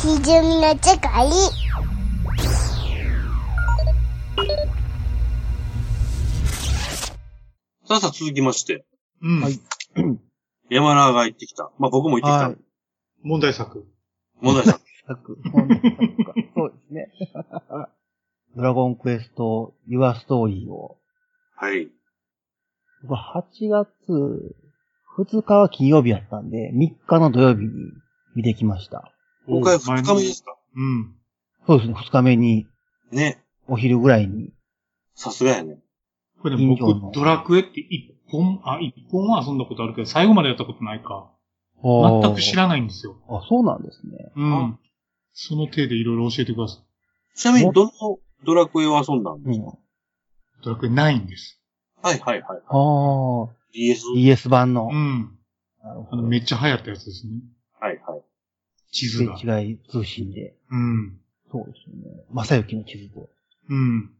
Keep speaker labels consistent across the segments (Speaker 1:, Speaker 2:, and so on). Speaker 1: ひじゅみのちかい
Speaker 2: さあさあ続きまして、
Speaker 3: うん。
Speaker 4: はい
Speaker 2: 山田が行ってきた。まあ僕も行ってきた。
Speaker 4: はい
Speaker 3: 問題作。
Speaker 2: 問題作。
Speaker 4: 作、本作か。そうですね。 ドラゴンクエスト、ユアストーリーを。
Speaker 2: はい。
Speaker 4: 僕は8月2日は金曜日やったんで、3日の土曜日に見てきました。
Speaker 2: 今回
Speaker 3: おう
Speaker 2: 2日目ですか
Speaker 3: うん。
Speaker 4: そうですね、2日目に、
Speaker 2: ね。
Speaker 4: お昼ぐらいに。
Speaker 2: さすがやね。
Speaker 3: これでも
Speaker 4: 人形の
Speaker 3: 僕、ドラクエって一本、あ、一本は遊んだことあるけど、最後までやったことないか。全く知
Speaker 4: ん。
Speaker 3: らないんですよ。
Speaker 4: あ、そうなんですね。
Speaker 3: うん。その手でいろいろ教えてください。
Speaker 2: ちなみにどのドラクエを遊んだん
Speaker 4: う
Speaker 2: です
Speaker 4: ん
Speaker 2: か、。
Speaker 3: ドラクエないんです。
Speaker 2: はいはいはい。
Speaker 4: ああ、
Speaker 2: DS。
Speaker 4: DS 版の
Speaker 3: う。ん。
Speaker 4: なる
Speaker 3: あ
Speaker 4: ほ
Speaker 3: の、
Speaker 4: ど。
Speaker 3: めっちゃ流行ったやつですね。
Speaker 2: はいはい。
Speaker 3: 地図が。
Speaker 4: 違い通信で。
Speaker 3: うん。
Speaker 4: そうですよね。正幸の地図と。
Speaker 3: うん。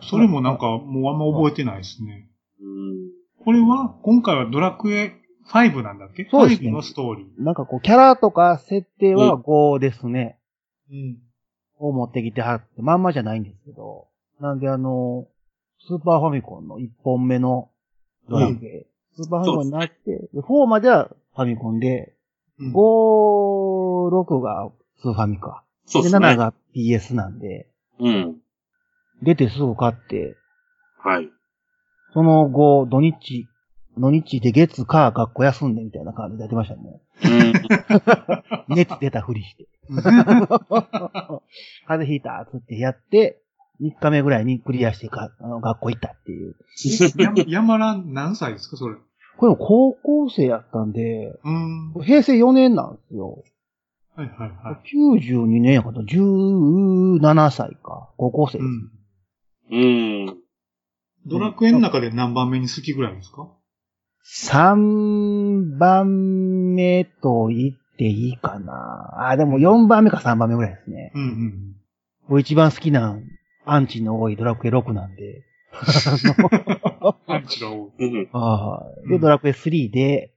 Speaker 3: それもなんか、もうあんま覚えてないですね。
Speaker 2: うーん。
Speaker 3: これは、今回はドラクエ5なんだっけ
Speaker 4: そうですね
Speaker 3: ?5 のストーリー。
Speaker 4: なんかこう、キャラとか設定は5ですね。
Speaker 3: うん。
Speaker 4: を持ってきてはって、まんまじゃないんですけど、なんであの、スーパーファミコンの1本目のドラクエ、スーパーファミコンになって、で4まではファミコンで、
Speaker 3: うん
Speaker 4: 5、6がスーファミか。
Speaker 2: そうで
Speaker 4: です7
Speaker 2: ね。
Speaker 4: が PS なんで、
Speaker 2: うん。
Speaker 4: 出てすぐ買って、
Speaker 2: はい。
Speaker 4: その後、土日、土日で月、火、学校休んでみたいな感じでやってましたね。
Speaker 2: うん。
Speaker 4: 熱出たふりして。 風邪ひいたっつってやって、3日目ぐらいにクリアしてか、あの、学校行ったっていう。
Speaker 3: や山ら何歳ですかそれ。
Speaker 4: これも高校生やったんで、
Speaker 3: うん。はい
Speaker 4: 平成4年なんですよ。
Speaker 3: はいは
Speaker 4: 92年やから17歳か。高校生
Speaker 3: い。
Speaker 4: で
Speaker 3: う
Speaker 4: す。
Speaker 3: ん。
Speaker 2: うん。
Speaker 3: ドラクエの中で何番目に好きぐらいですか
Speaker 4: 3番目と言っていいかな。あ、でも4番目か3番目ぐらいですね。
Speaker 3: うんうん。
Speaker 4: 僕一番好きなアンチの多いドラクエ6なんで。
Speaker 3: あ、違う。
Speaker 2: うん。
Speaker 4: ああ
Speaker 3: う
Speaker 4: で、
Speaker 3: ん
Speaker 4: ドラクエ3で、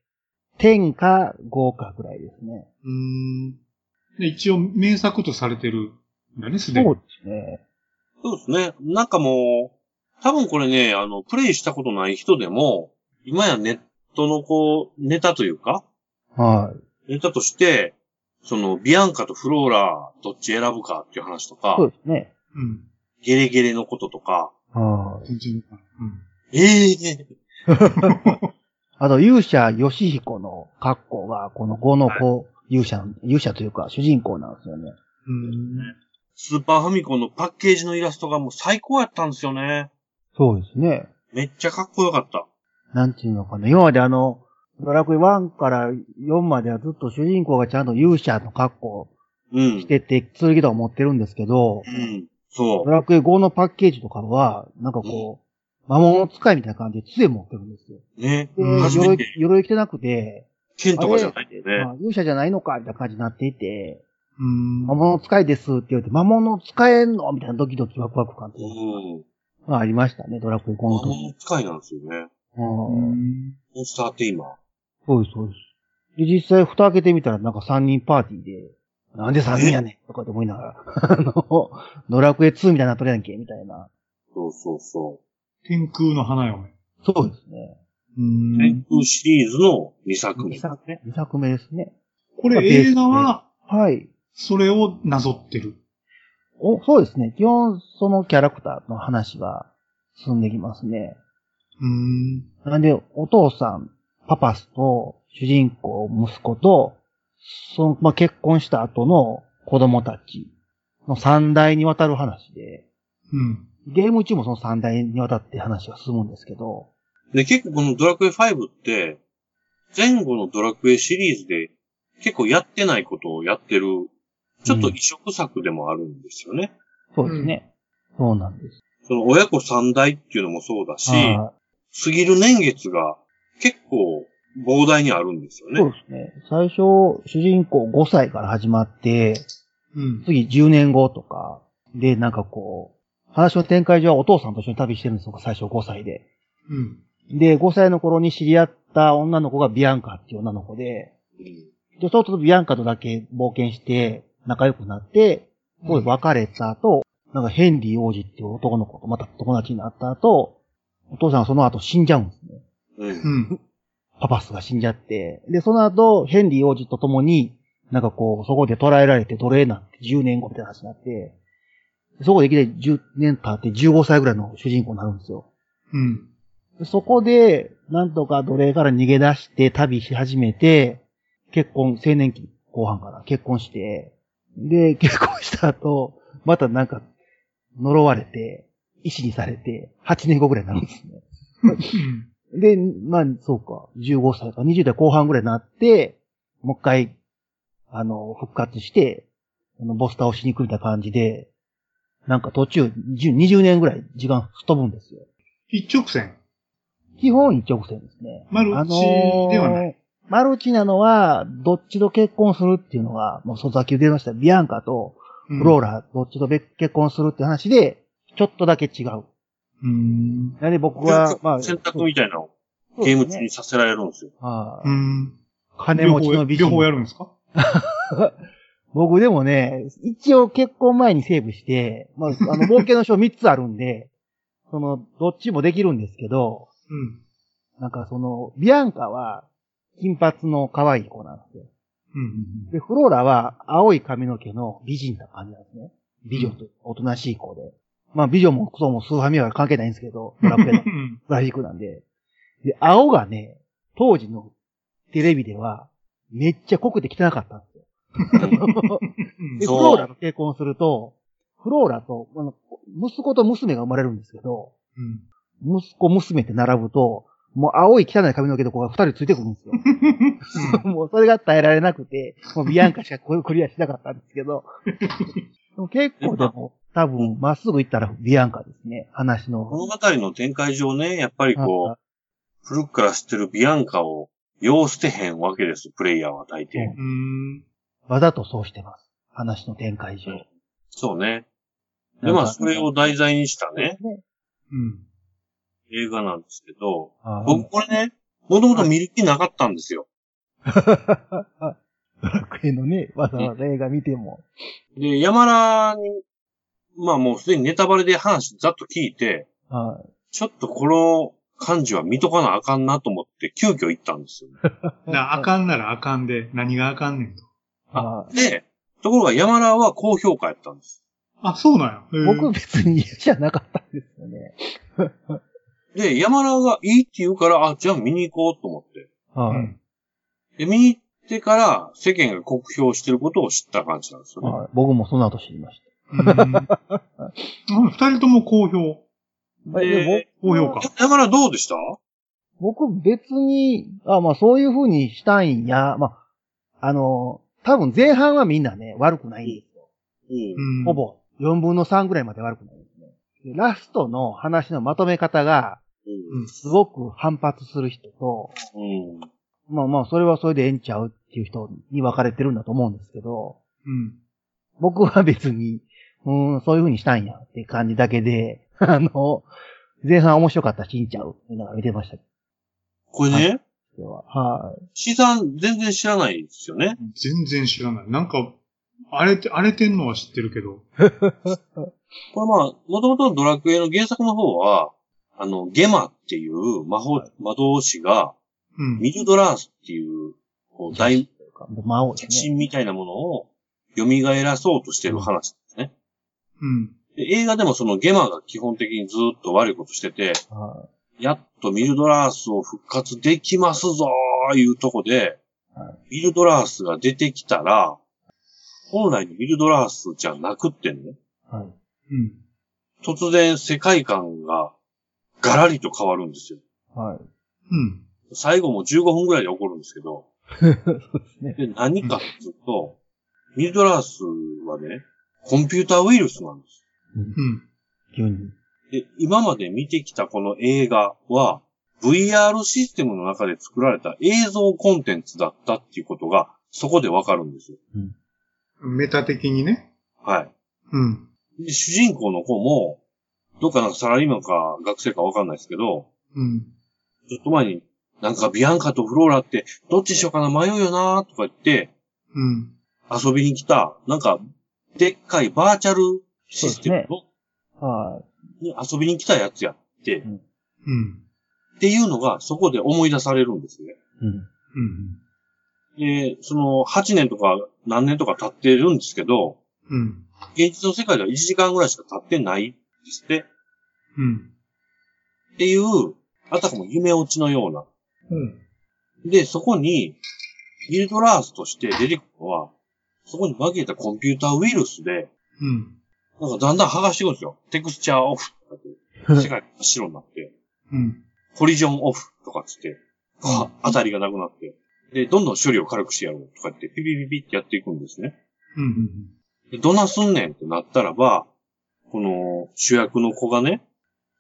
Speaker 4: 10か5かぐらいですね。
Speaker 3: うん。で一応、名作とされてるんだね、すでに。
Speaker 4: そう
Speaker 3: う
Speaker 4: ですね。
Speaker 2: そうですね。なんかもう、多分これね、あの、プレイしたことない人でも、今やネットのこう、ネタというか、
Speaker 4: はい。
Speaker 2: ネタとして、その、ビアンカとフローラ、どっち選ぶかっていう話とか
Speaker 4: そ、うですね。
Speaker 3: ん。
Speaker 2: ゲレゲレのこととか、
Speaker 4: はい。
Speaker 3: 全然。
Speaker 2: ええ
Speaker 4: あと、勇者義彦の格好が、この5の子、勇者、勇者というか、主人公なんですよね。
Speaker 3: うん。
Speaker 2: スーパーファミコンのパッケージのイラストがもう最高やったんですよね。
Speaker 4: そうですね。
Speaker 2: めっちゃかっこよかった。
Speaker 4: なんていうのかな。今まであの、ドラクエ1から4まではずっと主人公がちゃんと勇者の格好を
Speaker 2: うん。
Speaker 4: してて、剣とか持ってるんですけど
Speaker 2: う、ん。そ
Speaker 4: ドラクエ5のパッケージとかは、なんかこう、魔物使いみたいな感じで杖持ってるんですよ。
Speaker 2: う。ね。
Speaker 4: で、
Speaker 3: うん
Speaker 2: 初め
Speaker 4: 鎧
Speaker 2: て、
Speaker 4: 鎧着てなくて、
Speaker 2: 剣とかじゃ
Speaker 4: あ
Speaker 2: ないんだ
Speaker 4: れ
Speaker 2: よね。
Speaker 4: まあ勇者じゃないのか、みたいな感じになっていて、
Speaker 3: うん。
Speaker 4: 魔物使いですって言われて、魔物使えんのみたいなドキドキワクワク感っていううのが
Speaker 2: ん。
Speaker 4: まあ、ありましたね、ドラクエ5の
Speaker 2: 魔
Speaker 4: 時。
Speaker 2: 物使いなんですよね。
Speaker 4: うん
Speaker 3: うん
Speaker 2: モンスターテイマー。
Speaker 4: そうです、そうです。で、実際蓋開けてみたらなんか3人パーティーで、なんで3人やねんとかって思いながら、 あの、ドラクエ2みたいになっとるやんけ、みたいな。
Speaker 2: そうそうそ
Speaker 3: 天空の花嫁。
Speaker 4: そうですね。
Speaker 3: う
Speaker 2: う。天
Speaker 3: ん。
Speaker 2: 空シリーズの2作目。
Speaker 4: 2作目。2作目ですね。
Speaker 3: これ映画は、
Speaker 4: はい。
Speaker 3: それをなぞってる。
Speaker 4: お、そうですね。基本、そのキャラクターの話が進んできますね。
Speaker 3: うん。
Speaker 4: なんで、お父さん、パパスと、主人公、息子と、その、まあ、結婚した後の子供たちの三代にわたる話で、
Speaker 3: うん。
Speaker 4: ゲーム中もその三代にわたって話が進むんですけど、
Speaker 2: で、結構このドラクエ5って、前後のドラクエシリーズで結構やってないことをやってる、ちょっと異色作でもあるんですよね。
Speaker 4: そうですね。そうなんです。
Speaker 2: その親子三代っていうのもそうだし、
Speaker 4: は
Speaker 2: 過ぎる年月が結構膨大にあるんですよ
Speaker 4: いそう
Speaker 2: ね。
Speaker 4: ですね。最初、主人公5歳から始まって、
Speaker 3: うん。
Speaker 4: 次10年後とか、で、なんかこう、話の展開上はお父さんと一緒に旅してるんですよ、最初5歳で。
Speaker 3: うん。
Speaker 4: で、5歳の頃に知り合った女の子がビアンカっていう女の子で、
Speaker 2: うん
Speaker 4: で、そうするとビアンカとだけ冒険して、仲良くなって、
Speaker 3: うん
Speaker 4: こう別れた後、なんかヘンリー王子っていう男の子とまた友達になった後、お父さんはその後死んじゃうんですね。
Speaker 2: う。
Speaker 3: うんん。
Speaker 4: パパスが死んじゃって。で、その後、ヘンリー王子と共に、なんかこう、そこで捕らえられて奴隷なんて10年後みたいな話になって、そこでいきなり10年経って15歳ぐらいの主人公になるんですよ。
Speaker 3: うん。
Speaker 4: そこで、なんとか奴隷から逃げ出して旅し始めて、結婚、青年期後半から結婚して、で、 結婚した後、またなんか、呪われて、医師にされて、8年後ぐらいになるんですね。
Speaker 3: うん
Speaker 4: で、まあ、そうか、15歳か、20代後半ぐらいになって、もう一回、あの、復活して、あのボスターをしに来るみたいな感じで、なんか途中、10 20年ぐらい時間吹っ飛ぶんですよ。
Speaker 3: 一直線。
Speaker 4: 基本一直線ですね。
Speaker 3: 丸打ちではない。
Speaker 4: い。マルチなのは、どっちと結婚するっていうのが、もう外先出ました、ビアンカとフロー
Speaker 3: ラ。
Speaker 4: ラ、どっちとべ結婚するって話で、ちょっとだけ違う。
Speaker 3: うん。
Speaker 4: やはり僕
Speaker 2: 選
Speaker 4: は、
Speaker 2: 択
Speaker 4: まあ、
Speaker 2: 選択みたいなのを
Speaker 4: そう
Speaker 2: ゲー
Speaker 4: ですね
Speaker 2: ム中にさせられるんですよ。
Speaker 4: は
Speaker 3: う
Speaker 4: い
Speaker 3: ん。
Speaker 4: 金持ちの美
Speaker 3: 両方や
Speaker 4: 人。
Speaker 3: るんですか
Speaker 4: 僕でもね、一応結婚前にセーブして、 まあ、あの、冒険の書3つあるんで、その、どっちもできるんですけど、
Speaker 3: うん。
Speaker 4: なんかその、ビアンカは、金髪の可愛い子なんですよ。
Speaker 3: うん。
Speaker 4: で、フローラは青い髪の毛の美人な感じなんですね。美女とおとなしい子で。まあ美女もクソもスーハミは関係ないんですけど、ドラクエの
Speaker 3: うん
Speaker 4: グラフィックなんで。で、青がね、当時のテレビでは、めっちゃ濃くて汚かったんですよ。で、フ
Speaker 2: そう
Speaker 4: ローラと結婚すると、フローラと、あの、息子と娘が生まれるんですけど、
Speaker 3: うん。
Speaker 4: 息子、娘って並ぶと、もう青い汚い髪の毛の子が二人ついてくるんですよ。 もうそれが耐えられなくて、もうビアンカしかこれクリアしなかったんです けど。でも結構でも、多分、まっすぐ行ったらビアンカですね。話の。
Speaker 2: 物語の展開上ね、やっぱりこ
Speaker 4: あ
Speaker 2: う、古くから知ってるビアンカを、要捨てへんわけです、プレイヤーは大抵。
Speaker 4: うん
Speaker 3: うん。
Speaker 4: わざとそうしてます。話の展開上。
Speaker 2: そうね。で、まあ、それを題材にしたね、
Speaker 3: うん。
Speaker 2: 映画なんですけど、
Speaker 4: あー
Speaker 2: 僕これね、もともと見る気なかったんですよ。
Speaker 4: ドラクエのね、わざわざ映画見ても。
Speaker 2: で、山田に、まあもうすでにネタバレで話ざっと聞いて、
Speaker 4: はい
Speaker 2: ちょっとこの感じは見とかなあかんなと思って、急遽行ったんですよ。
Speaker 3: だからあかんならあかんで、何があかんねんと。
Speaker 4: はい
Speaker 2: で、ところが山田は高評価やったんです。
Speaker 3: あ、そうなんや。へー
Speaker 4: 僕別に嫌じゃなかったんですよね。
Speaker 2: で、山田がいいって言うから、あ、じゃあ見に行こうと思って。
Speaker 3: う
Speaker 4: はい
Speaker 3: ん。
Speaker 2: で、見に行ってから世間が酷評してることを知った感じなんですよね。
Speaker 4: はい僕もその後知りまし
Speaker 3: うんうん二人とも好評。
Speaker 4: た。
Speaker 2: で
Speaker 3: 高
Speaker 4: 僕
Speaker 3: 評価
Speaker 2: や山田どうでした
Speaker 4: 僕別に、あ、まあそういう風にしたいんや、まあ、あの、多分前半はみんなね、悪くないんですよ。
Speaker 2: うん
Speaker 3: うん
Speaker 4: ほ。ぼ、4分の3ぐらいまで悪くないですね。でラストの話のまとめ方が、
Speaker 2: うん
Speaker 4: すごく反発する人と、
Speaker 2: うん。
Speaker 4: まあまあ、それはそれでええんちゃうっていう人に分かれてるんだと思うんですけど、
Speaker 3: うん。
Speaker 4: 僕は別に、うーん、そういう風にしたいんやって感じだけで、 あの、前半面白かったし、んちゃうっていうのが見てましたけ
Speaker 2: これね、
Speaker 4: ど、はい。
Speaker 2: 資産全然知らないんですよね。
Speaker 3: 全然知らない。なんか、荒れて、荒れてんのは知ってるけど。
Speaker 2: これまあ、もともとドラクエの原作の方は、あの、ゲマっていう魔法、魔導士が、
Speaker 3: うん。
Speaker 2: ミルドラースっていう、こう、大
Speaker 4: 魔王で
Speaker 2: 写
Speaker 4: すね。
Speaker 2: 真みたいなものを蘇らそうとしてる話ですね。
Speaker 3: うん。
Speaker 2: で映画でもそのゲマが基本的にずっと悪いことしてて、
Speaker 4: はい
Speaker 2: やっとミルドラースを復活できますぞーいうとこで、
Speaker 4: は
Speaker 2: ミルドラースが出てきたら、本来のミルドラースじゃなくってね、
Speaker 4: はい。
Speaker 3: うん。
Speaker 2: 突然世界観がガラリと変わるんですよ。
Speaker 4: はい。
Speaker 3: うん。
Speaker 2: 最後も15分ぐらいで起こるんですけど、
Speaker 4: そうですね。
Speaker 2: で何かっていうと、ミルドラースはね、コンピューターウイルスなんです。
Speaker 3: うん。
Speaker 4: 急に。
Speaker 2: で、今まで見てきたこの映画は、VR システムの中で作られた映像コンテンツだったっていうことが、そこでわかるんですよ。
Speaker 3: メタ的にね。
Speaker 2: は
Speaker 3: うん。
Speaker 2: い。で、主人公の子も、どっかなんかサラリーマンか学生かわかんないですけど、
Speaker 3: うん。
Speaker 2: ちょっと前に、なんかビアンカとフローラって、どっちにしようかな迷うよなーとか言って、
Speaker 3: うん。
Speaker 2: 遊びに来た、なんか、でっかいバーチャルシステムの
Speaker 4: は
Speaker 2: に遊びに来たやつやって、
Speaker 3: うん。
Speaker 2: っていうのがそこで思い出されるんですね。
Speaker 4: い。うん。
Speaker 2: で、その8年とか何年とか経ってるんですけど、
Speaker 3: うん。うん。
Speaker 2: 現実の世界では1時間ぐらいしか経ってないですって、っ
Speaker 3: うん。
Speaker 2: ていう、あたかも夢落ちのような。
Speaker 3: うん。
Speaker 2: で、そこに、ギルドラースとして出てくるのは、そこに紛れたコンピューターウイルスで、
Speaker 3: うん。
Speaker 2: なんかだんだん剥がしていくんですよ。テクスチャーオフとかって、世界が白になって、
Speaker 3: うん。
Speaker 2: コリジョンオフとかっつって、あ当たりがなくなって、で、どんどん処理を軽くしてやろうとかって、ピピピピってやっていくんですね。
Speaker 3: うん。
Speaker 2: でどなすんねんってなったらば、この主役の子がね、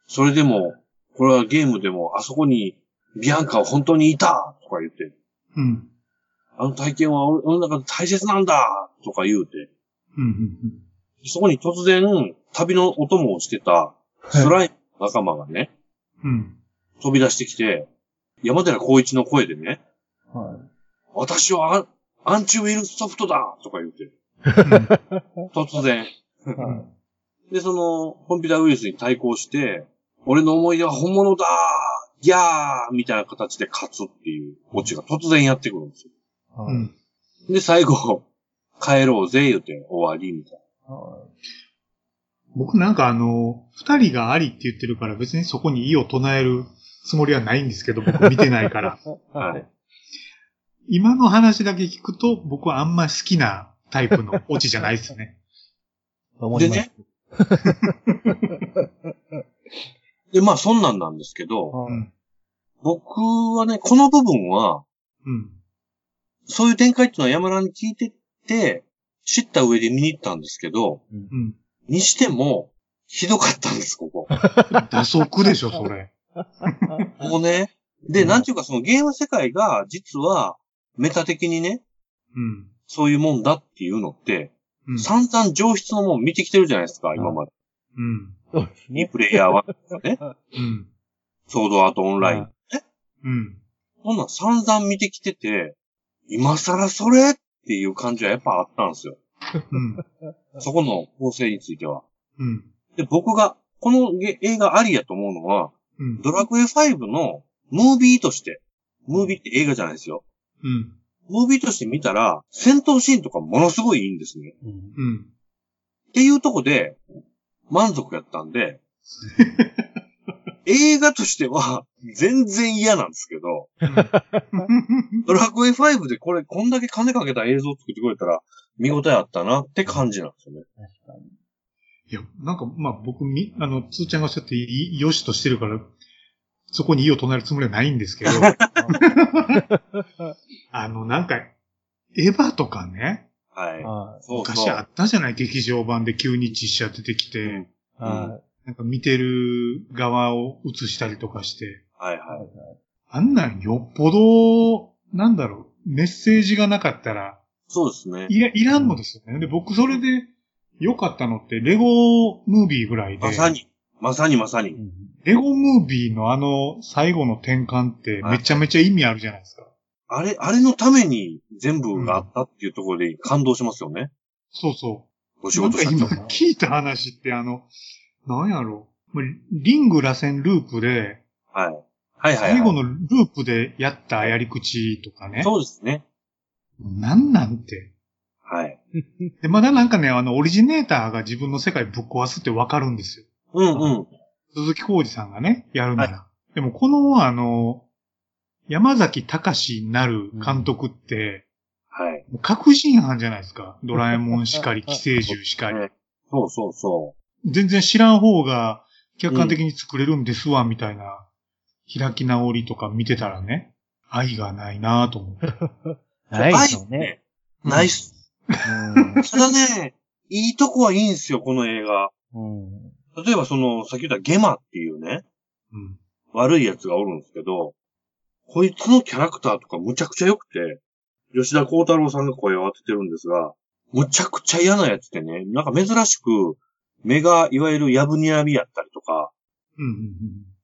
Speaker 2: それでも、これはゲームでも、あそこにビアンカは本当にいたとか言って、
Speaker 3: うん。
Speaker 2: あの体験は俺俺の中で大切なんだとか言うて、
Speaker 3: うん。
Speaker 2: そこに突然、旅のお供をしてたスライムの仲間がね、
Speaker 3: うん。
Speaker 2: 飛び出してきて、山寺孝一の声でね、
Speaker 4: は
Speaker 2: 私はアアンチウイルスソフトだとか言って、突然。
Speaker 4: い。はい。
Speaker 2: で、その、コンピューターウイルスに対抗して、俺の思い出は本物だギャーみたいな形で勝つっていうオチが突然やってくるんですよ。
Speaker 4: は
Speaker 3: う
Speaker 4: い。
Speaker 3: ん。
Speaker 2: で、最後、帰ろうぜ、言うて終わりみたいな。
Speaker 4: は
Speaker 3: 僕なんかあの、二人がありって言ってるから別にそこに意を唱えるつもりはないんですけど、僕見てないから。
Speaker 4: い。
Speaker 2: はい。
Speaker 3: 今の話だけ聞くと、僕はあんま好きなタイプのオチじゃないですね。
Speaker 4: 思いま
Speaker 2: ですね。で、まあ、そんなんなんですけど、
Speaker 4: はい
Speaker 3: うん。
Speaker 2: 僕はね、この部分は、
Speaker 3: うん。
Speaker 2: そういう展開っていうのは山田に聞いてて、知った上で見に行ったんですけど、
Speaker 3: うん。
Speaker 2: にしても、ひどかったんです、ここ。
Speaker 3: 打足でしょ、それ。
Speaker 2: ここね。で、
Speaker 4: うん
Speaker 2: なんていうかそのゲーム世界が実はメタ的にね、
Speaker 3: うん。
Speaker 2: そういうもんだっていうのって、
Speaker 3: うん。
Speaker 2: 散々上質のもん見てきてるじゃないですか、今まで。
Speaker 3: うん。
Speaker 4: そうです
Speaker 2: に
Speaker 4: ね。
Speaker 2: プレイヤーはね、
Speaker 3: うん。
Speaker 2: ソードアートオンライン。
Speaker 3: うん。
Speaker 2: こんなん散々見てきてて、今更それっていう感じはやっぱあったんですよ。
Speaker 3: うん。
Speaker 2: そこの構成については。
Speaker 3: うん。
Speaker 2: で、僕が、このゲ映画ありやと思うのは、
Speaker 3: うん。
Speaker 2: ドラクエ5のムービーとして、ムービーって映画じゃないですよ。
Speaker 3: うん。
Speaker 2: ムービーとして見たら、戦闘シーンとかものすごいいいんですね。
Speaker 4: うん
Speaker 3: うん。
Speaker 2: っていうとこで、満足やったん で、映画としては、全然嫌なんですけど、ドラクエ5でこれ、こんだけ金かけた映像を作ってくれたら、見応えあったなって感じなんですよね。
Speaker 4: 確かに。
Speaker 3: いや、なんか、まあ、僕、み、あの、つーちゃんがおっしゃって、いよしとしてるから、そこに意を唱えるつもりはないんです けど、あの、なんか、エヴァとかね、
Speaker 2: はい。
Speaker 4: は
Speaker 2: そう
Speaker 3: 昔
Speaker 2: そ
Speaker 3: あ
Speaker 2: う。
Speaker 3: ったじゃない、劇場版で急に実写出てきて、
Speaker 2: うん
Speaker 4: い。は
Speaker 3: なんか見てる側を映したりとかして、
Speaker 2: はいはい。
Speaker 3: あんなんよっぽど、なんだろう、メッセージがなかったら、
Speaker 2: そうですね。
Speaker 3: いら、いらんのですよね。で、僕それで、良かったのって、レゴムービーぐらいで、
Speaker 2: まさに、まさにまさ
Speaker 4: い。
Speaker 2: に。
Speaker 3: レゴムービーのあの最後の転換ってめちゃめちゃ意味あるじゃないですか。
Speaker 2: あれ、あれのために全部があったっていうところで感動しますよね。
Speaker 3: そうそ
Speaker 2: お
Speaker 3: う。
Speaker 2: 仕
Speaker 3: なん
Speaker 2: 事
Speaker 3: か
Speaker 2: した
Speaker 3: 今
Speaker 2: 人も。
Speaker 3: 聞いた話ってあの、なんやろう。まあリング螺旋ループで、
Speaker 2: はい。はいはい、はい。
Speaker 3: 最後のループでやったやり口とかね。
Speaker 2: そうですね。
Speaker 3: なんなんて。
Speaker 2: はい。
Speaker 3: で、まだなんかね、あの、オリジネーターが自分の世界ぶっ壊すってわかるんですよ。
Speaker 2: うんうん。
Speaker 3: 鈴木浩二さんがね、やるなら。でもこの、あの、山崎隆になる監督って、
Speaker 2: はい。
Speaker 3: もう確信犯じゃないですか。ドラえもん しかり、寄生獣しかり。
Speaker 2: そうそうそ
Speaker 3: 全然知らん方が客観的に作れるんですわ、みたいな、開き直りとか見てたらね、愛がないなぁと思って。
Speaker 2: う。
Speaker 4: ないですよね。
Speaker 2: 愛。ナイス。
Speaker 4: うん
Speaker 2: ただね、いいとこはいいんですよ、この映画。
Speaker 4: うん。
Speaker 2: 例えばその、さっき言ったゲマっていうね、
Speaker 3: うん。
Speaker 2: 悪い奴がおるんですけど、こいつのキャラクターとかむちゃくちゃ良くて、吉田幸太郎さんが声を当ててるんですが、むちゃくちゃ嫌なやつでね、なんか珍しく、目がいわゆるヤブニヤビやったりとか、
Speaker 3: うん。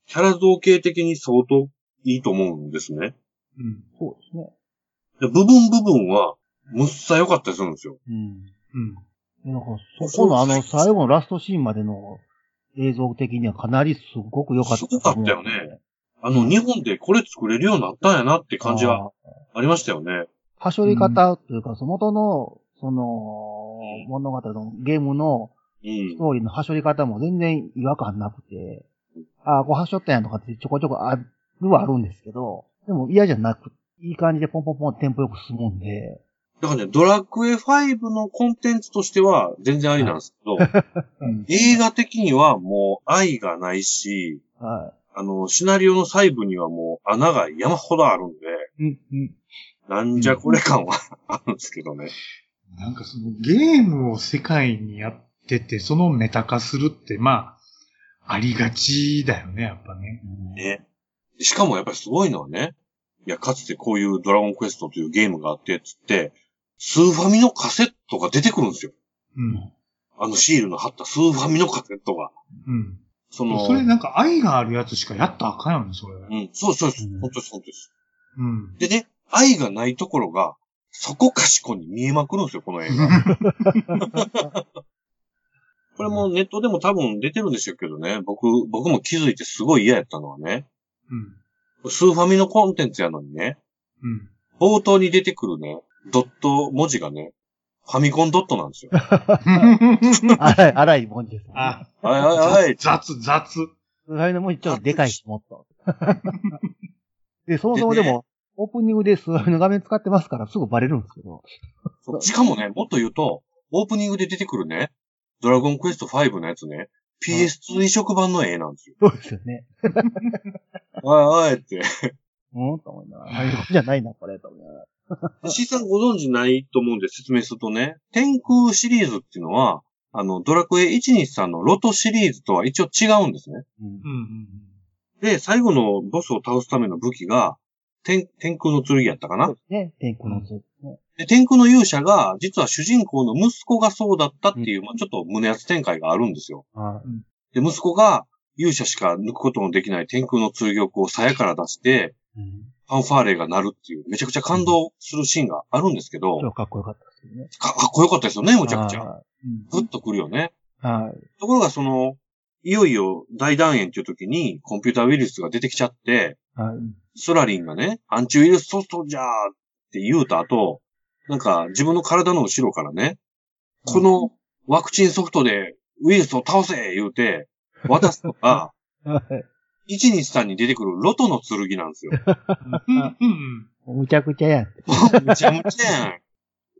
Speaker 2: キャラ造形的に相当いいと思うんですね。
Speaker 3: うん。うん。
Speaker 4: そうですね。
Speaker 2: で部分部分は、むっさ良かったりするんですよ。
Speaker 4: うん。
Speaker 3: うん。
Speaker 4: なんか、そこのあの、最後のラストシーンまでの映像的にはかなりすごく良かったと思うんです。
Speaker 2: すごかったよあの、日本でこれ作れるようになったんやなって感じが
Speaker 4: あー。
Speaker 2: ありましたよね。
Speaker 4: はしょり方というか、その元の、その、物語のゲームの
Speaker 2: うん
Speaker 4: スト。ーリーのはしょり方も全然違和感なくて、ああ、こうはしょったんやとかってちょこちょこあるはあるんですけど、でも嫌じゃなく、いい感じでポンポンポンテンポよく進むんで、
Speaker 2: だからね、ドラクエ5のコンテンツとしては全然ありなんですけど、
Speaker 3: うん
Speaker 2: 映画的にはもう愛がないし、
Speaker 4: は
Speaker 2: あの、シナリオの細部にはもう穴が山ほどあるんで、
Speaker 3: うん。うん。
Speaker 2: なんじゃこれ感はあるんですけどね。
Speaker 3: なんかそのゲームを世界にやってて、そのメタ化するって、まあ、ありがちだよね、やっぱね。
Speaker 4: い。
Speaker 2: ね。しかもやっぱりすごいのはね、いや、かつてこういうドラゴンクエストというゲームがあって、つって、スーファミのカセットが出てくるんですよ。
Speaker 3: うん。
Speaker 2: あのシールの貼ったスーファミのカセットが。
Speaker 3: うん。
Speaker 2: そ
Speaker 3: で
Speaker 2: の、
Speaker 3: もそれなんか愛があるやつしかやったらあかんよね、それ。
Speaker 2: うん、そうそうです
Speaker 4: う。ん
Speaker 2: 本当です、本当です。
Speaker 3: うん。
Speaker 2: でね、愛がないところが、そこかしこに見えまくるんですよ、この映画。これもネットでも多分出てるんでしょうけどね、僕、僕も気づいてすごい嫌やったのはね、
Speaker 3: うん。
Speaker 2: スーファミのコンテンツやのにね、
Speaker 3: うん。
Speaker 2: 冒頭に出てくるね、ドット文字がね、ファミコンドットなんですよ。
Speaker 4: 荒い、荒いもんです、ね。
Speaker 3: あ、
Speaker 2: はいはいはい。
Speaker 3: 雑、雑。
Speaker 4: それのもちょっとでかいし、もっ と。で、そもそもで
Speaker 2: で
Speaker 4: も、オープニングでスワイの画面使ってますから、すぐバレるんですけど。
Speaker 2: しかもね、もっと言うと、オープニングで出てくるね、ドラゴンクエスト5のやつね、PS2 移植版の絵なんですよ。
Speaker 4: そうですよね。
Speaker 2: はいはいって。
Speaker 4: うんと思いなが ら。あれじゃないな、これ、と思いながら。
Speaker 2: C さんご存知ないと思うんで説明するとね、天空シリーズっていうのは、あの、ドラクエ123のロトシリーズとは一応違うんですね。
Speaker 4: うん
Speaker 3: うん。うん
Speaker 2: で、最後のボスを倒すための武器が、天、天空の剣やったか
Speaker 4: そ
Speaker 2: な
Speaker 4: うですね。天候のせいですね。
Speaker 2: で天空の勇者が、実は主人公の息子がそうだったっていう、まあちょっと胸熱展開があるんですよ。
Speaker 4: は
Speaker 2: で、息子が勇者しか抜くことのできない天空の剣を鞘から出して、
Speaker 4: い。うん。
Speaker 2: ファンファーレが鳴るっていう、めちゃくちゃ感動するシーンがあるんですけど、
Speaker 4: 超かっこよかったですけどね。
Speaker 2: かかっこよかったですよね、むちゃくちゃ。
Speaker 4: は
Speaker 3: うん
Speaker 2: グッとくるよね。
Speaker 4: い。はい。
Speaker 2: ところがその、いよいよ大断円っていう時にコンピューターウイルスが出てきちゃって、
Speaker 4: はい。
Speaker 2: ソラリンがね、アンチウイルスソフトじゃーって言うた後、なんか自分の体の後ろからね、このワクチンソフトでウイルスを倒せ言うて、渡すと か、
Speaker 4: はい。
Speaker 2: 123に出てくるロトの剣なんですよ。
Speaker 3: うんうん。
Speaker 4: むちゃくちゃやんって。
Speaker 2: むちゃむちゃやん。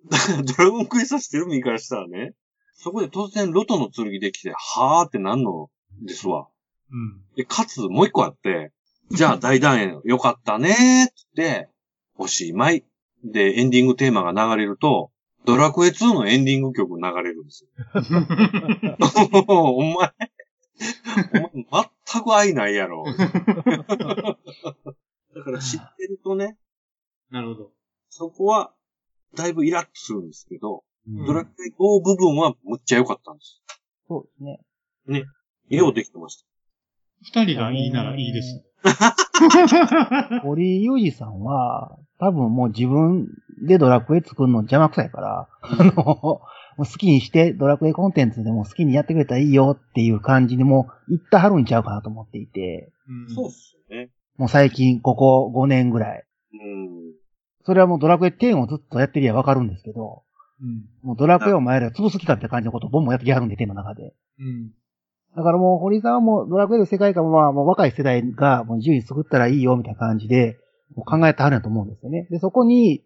Speaker 2: だから ドラゴンクエストしてる身からしたらね、そこで突然ロトの剣できて、はーってなんのですわ。
Speaker 3: うん。
Speaker 2: で、かつ、もう一個あって、じゃあ大団円よかったねーってって、おしまい。で、エンディングテーマが流れると、ドラクエ2のエンディング曲流れるんですよ。 お前、お前、全く愛ないやろ。だから知ってるとね、
Speaker 3: なるほど。
Speaker 2: そこは、だいぶイラッとするんですけど、
Speaker 3: うん
Speaker 2: ドラクエ5部分はむっちゃ良かったんです。
Speaker 4: そうですね。
Speaker 2: ようできてました。
Speaker 3: 二人がいいならいいです。
Speaker 4: 堀井裕二さんは、多分もう自分でドラクエ作るの邪魔くさいから、あの、もう好きにして、ドラクエコンテンツでも好きにやってくれたらいいよっていう感じにもう言ってはるんちゃうかなと思っていて、
Speaker 2: そうっすよね。
Speaker 4: もう最近ここ5年ぐらい。
Speaker 2: うん。
Speaker 4: それはもうドラクエ10をずっとやってりゃわかるんですけど、
Speaker 3: うん。
Speaker 4: もうドラクエを前ら潰す気かって感じのことをボンボンやってきはるんで、10の中で。
Speaker 3: うん。
Speaker 4: だからもう、堀井さんはもう、ドラクエの世界観は、もう若い世代が、もう自由に作ったらいいよ、みたいな感じで、もう考えてはるんやと思うんですよね。で、そこに、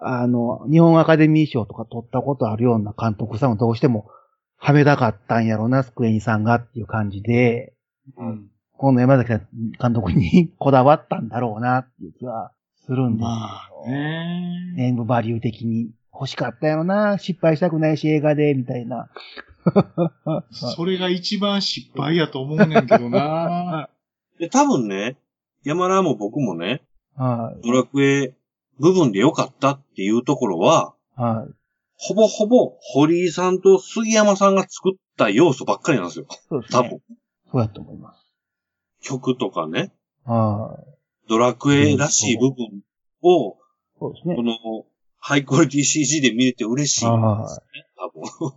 Speaker 4: あの、日本アカデミー賞とか取ったことあるような監督さんをどうしても、はめたかったんやろうな、スクエニさんがっていう感じで、
Speaker 3: うん。
Speaker 4: この山崎さん監督に こだわったんだろうな、っていう気はするんです
Speaker 3: まあ
Speaker 4: けど、
Speaker 3: ね。
Speaker 4: ネームバリュー的に欲しかったやろな、失敗したくないし、映画で、みたいな。
Speaker 3: それが一番失敗やと思うねんけど な。
Speaker 2: で、多分ね、山田も僕もね、
Speaker 4: はい、
Speaker 2: ドラクエ部分で良かったっていうところは、
Speaker 4: はい。
Speaker 2: ほぼほぼ堀井さんと杉山さんが作った要素ばっかりなんですよ。
Speaker 4: そうです
Speaker 2: 多
Speaker 4: ね
Speaker 2: 分。。
Speaker 4: そうやと思います。
Speaker 2: 曲とかね、
Speaker 4: はい。
Speaker 2: ドラクエらしい部分を、
Speaker 4: そうですね
Speaker 2: こ。の、ハイクオリティ CG で見れて嬉しい。
Speaker 4: は
Speaker 2: 多分。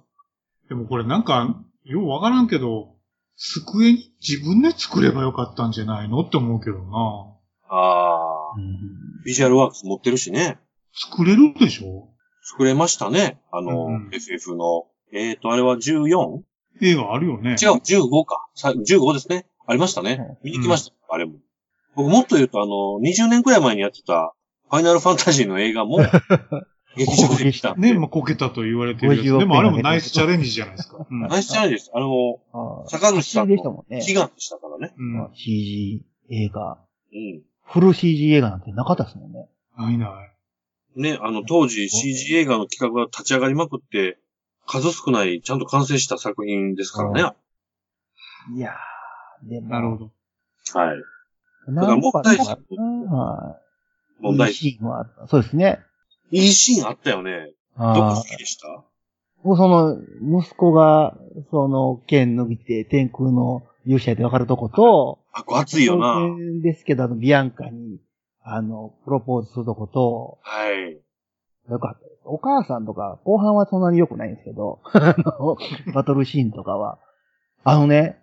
Speaker 3: でもこれなんか、ようわからんけど、机に自分で作ればよかったんじゃないのって思うけどな。
Speaker 2: ああ。
Speaker 4: い。
Speaker 2: ビジュアルワークス持ってるしね。
Speaker 3: 作れるでしょ
Speaker 2: 作れましたね。あの、
Speaker 3: うん
Speaker 2: FF の。えっ、と、あれは 14?
Speaker 3: 映画あるよね。
Speaker 2: 違う、15か。さ15ですね。ありましたね。見に来ました、あれも。僕もっと言うと、あの、20年くらい前にやってた、ファイナルファンタジーの映画も、劇場で見たんで。
Speaker 3: ね、まあ、こけたと言われてるやつ。
Speaker 4: 56
Speaker 3: でもあれもナイスチャレンジじゃないですか。うん。
Speaker 2: ナイスチャレンジです。あの、
Speaker 4: あー
Speaker 2: 坂口さん
Speaker 4: でした
Speaker 2: の
Speaker 4: もんね。
Speaker 2: 悲願でしたからね。
Speaker 3: うん
Speaker 4: まあ CG 映画。
Speaker 2: うん。
Speaker 4: フル CG 映画なんてなかったですもんね。
Speaker 3: ないない。
Speaker 2: ね、あの、当時 CG 映画の企画が立ち上がりまくって、数少ないちゃんと完成した作品ですからね。
Speaker 4: いやー、でも。
Speaker 3: なるほど。
Speaker 2: はい。
Speaker 4: ど。
Speaker 2: だからもったいない
Speaker 4: は
Speaker 2: 問
Speaker 4: い。いい
Speaker 2: 題。
Speaker 4: シーンはあった。そうですね。
Speaker 2: いいシーンあったよね。どこ
Speaker 4: あ
Speaker 2: 好
Speaker 4: ー
Speaker 2: きでした
Speaker 4: もうその、息子が、その、剣脱ぎて天空の勇者やで分かるとこと、
Speaker 2: あ、これ熱いよな。
Speaker 4: 当然ですけど、あの、ビアンカに、あの、プロポーズするとこと、
Speaker 2: はい。
Speaker 4: よかったです。お母さんとか、後半はそんなに良くないんですけ ど、あの、バトルシーンとかは。あのね、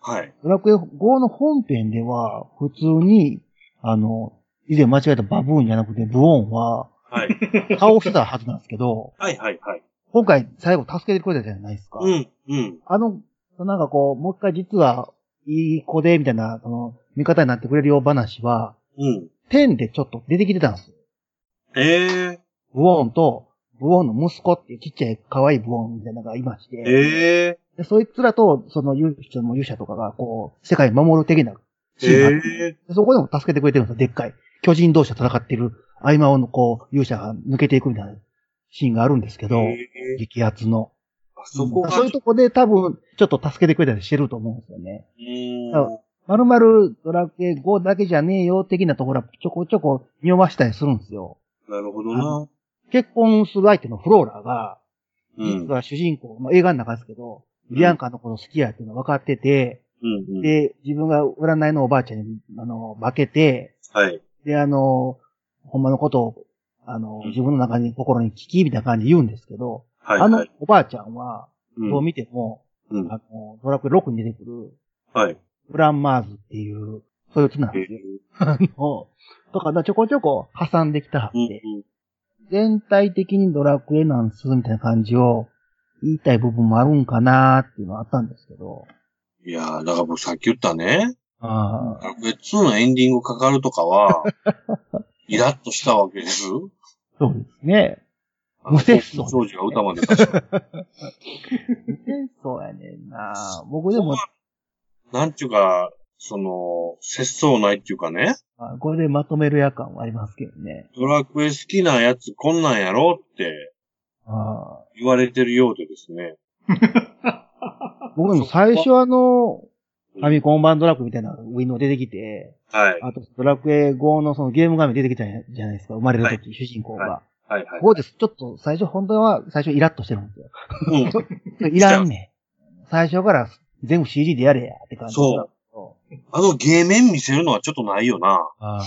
Speaker 2: はい。
Speaker 4: ドラクエ5の本編では、普通に、あの、以前間違えたバブーンじゃなくて、ブオーンは、
Speaker 2: はい。、
Speaker 4: 倒してたはずなんですけど
Speaker 2: はい、はい、はい。
Speaker 4: 今回最後助けてくれたじゃないですか。
Speaker 2: うん、うん。
Speaker 4: あの、なんかこう、もう一回実は、いい子で、みたいな、その、味方になってくれるよう話は、
Speaker 2: うん。
Speaker 4: 10でちょっと出てきてたんですよ。
Speaker 2: ええ
Speaker 4: ブオーンと、ブオーンの息子っていうちっちゃい可愛いブオーンみたいなのがいまして、
Speaker 2: ええ
Speaker 4: でそいつらと、その勇者の勇者とかが、こう、世界を守る的なシーンがあって
Speaker 2: ええ
Speaker 4: でそこでも助けてくれてるんですよ、でっかい。巨人同士が戦ってる合間をこう、勇者が抜けていくみたいなシーンがあるんですけど、
Speaker 2: ええ
Speaker 4: 激アツの。
Speaker 2: あそこが、
Speaker 4: そういうとこで多分、ちょっと助けてくれたりしてると思うんですよね。
Speaker 2: うーん
Speaker 4: そうまるまるドラクエ5だけじゃねえよ、的なところはちょこちょこ匂わしたりするんですよ。
Speaker 2: なるほどな。
Speaker 4: 結婚する相手のフローラが、
Speaker 2: うん。
Speaker 4: 実は主人公、まあ映画の中ですけど、ビアンカのこと好きやっていうの分かってて、
Speaker 2: うん、うん。
Speaker 4: で、自分が占いのおばあちゃんに、あの、負けて、
Speaker 2: はい。
Speaker 4: で、あの、ほんまのことを、あの、自分の中に、心に聞き、みたいな感じで言うんですけど、
Speaker 2: はい、
Speaker 4: あ
Speaker 2: は
Speaker 4: の
Speaker 2: い。
Speaker 4: おばあちゃんは、
Speaker 2: うん
Speaker 4: どう見ても、
Speaker 2: うん
Speaker 4: あの、ドラクエ6に出てくる、
Speaker 2: はい。
Speaker 4: ブランマーズっていう、そういうつなん
Speaker 2: え
Speaker 4: ですよ。
Speaker 2: え
Speaker 4: あの、とか、ちょこちょこ挟んできたはっ
Speaker 2: うん
Speaker 4: て、全体的にドラクエなんす、みたいな感じを、言いたい部分もあるんかなーっていうのはあったんですけど、
Speaker 2: いやー、だから僕さっき言ったね、
Speaker 4: ああ、
Speaker 2: ラクエ2のエンディングかかるとか は、イラッとしたわけです。
Speaker 4: そうですね。
Speaker 2: あの
Speaker 4: 無節操
Speaker 2: 少女が歌まで出したし。
Speaker 4: そうやねんな僕でも、
Speaker 2: なんちゅうか、その、節操ないっていうかね、
Speaker 4: まあこれでまとめるや感はありますけどね。
Speaker 2: ドラクエ好きなやつこんなんやろって
Speaker 4: あ
Speaker 2: 言われてるようでですね。
Speaker 4: あ僕でも最初あの、ファミコン版ドラクエみたいなウィンドウ出てきて、
Speaker 2: はい。
Speaker 4: あとドラクエ5のそのゲーム画面出てきたじゃないですか、生まれる時、主人公が。
Speaker 2: はいはい。
Speaker 4: こうです。ちょっと最初、本当は最初イラッとしてるんですよ。
Speaker 2: うん。
Speaker 4: いらんねん。最初から全部 CG でやれや、って感じだった。そう。
Speaker 2: あの芸面見せるのはちょっとないよな。
Speaker 4: あ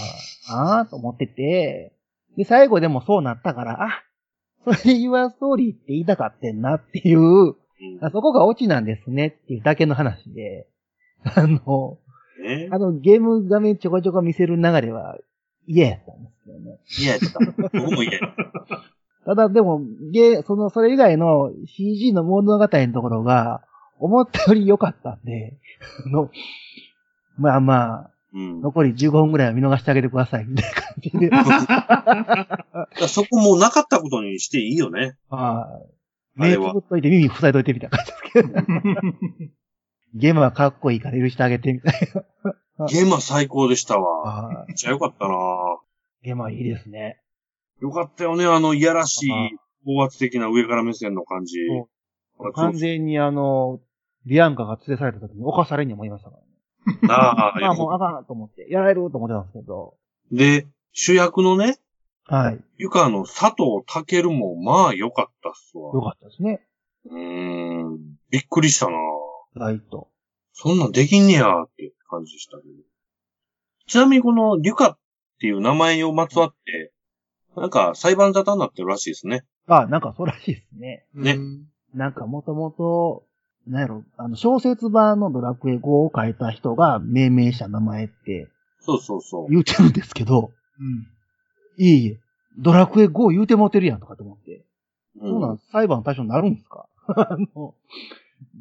Speaker 4: あ、あーと思ってて、で、最後でもそうなったから、あ、それ言わストーリーって言いたかってんなっていう、
Speaker 2: うん
Speaker 4: あそこがオチなんですねっていうだけの話で、あの、
Speaker 2: ね
Speaker 4: あのゲーム画面ちょこちょこ見せる流れは嫌やったんですけどね。
Speaker 2: 嫌やった。僕も嫌やった。
Speaker 4: ただでも、ゲ、その、それ以外の CG の物語のところが、思ったより良かったんで、あの、まあまあ、
Speaker 2: うん。だか
Speaker 4: 残り15分ぐらいは見逃してあげてください、みたいな感じで。
Speaker 2: らそこもうなかったことにしていいよね。
Speaker 4: は
Speaker 2: あ
Speaker 4: い。目
Speaker 2: れ
Speaker 4: つ
Speaker 2: は
Speaker 4: ぶっといて耳塞いといてみたいな感じですけど、ね、ゲームはかっこいいから許してあげてみたい
Speaker 2: ゲームは最高でした
Speaker 4: な。
Speaker 2: わ。
Speaker 4: は
Speaker 2: めっちゃよかったな。
Speaker 4: いゲームはいいですね。
Speaker 2: よかったよね、あの、いやらしい
Speaker 4: あ、
Speaker 2: 高圧的な上から目線の感じ。俺
Speaker 4: 完全にあの、ビアンカが連れ去られた時に犯されんに思いましたからね。
Speaker 2: そうなあ、
Speaker 4: まあもうあかんと思って、やられると思ってたんですけど。
Speaker 2: で、主役のね、
Speaker 4: はい。
Speaker 2: ゆかの佐藤健も、まあ、良かったっす
Speaker 4: よ
Speaker 2: わ。
Speaker 4: かったですね。
Speaker 2: うーん。びっくりしたな
Speaker 4: ライト。
Speaker 2: そんなんできんねやーって感じでしたけど。ちなみにこのリュカっていう名前をまつわって、なんか裁判沙汰になってるらしいですね。
Speaker 4: あ、なんかそうらしいですね。
Speaker 2: ね
Speaker 3: うん
Speaker 4: なんかもともと、なんやろ、あの、小説版のドラクエ5を書いた人が命名した名前って
Speaker 2: そうそうそう。
Speaker 4: 言うてるんですけど、
Speaker 3: うん。
Speaker 4: いえいえ、ドラクエ5言うてもうてるやんとかと思って。そうな
Speaker 2: うん
Speaker 4: ん、裁判の対象になるんですか あの、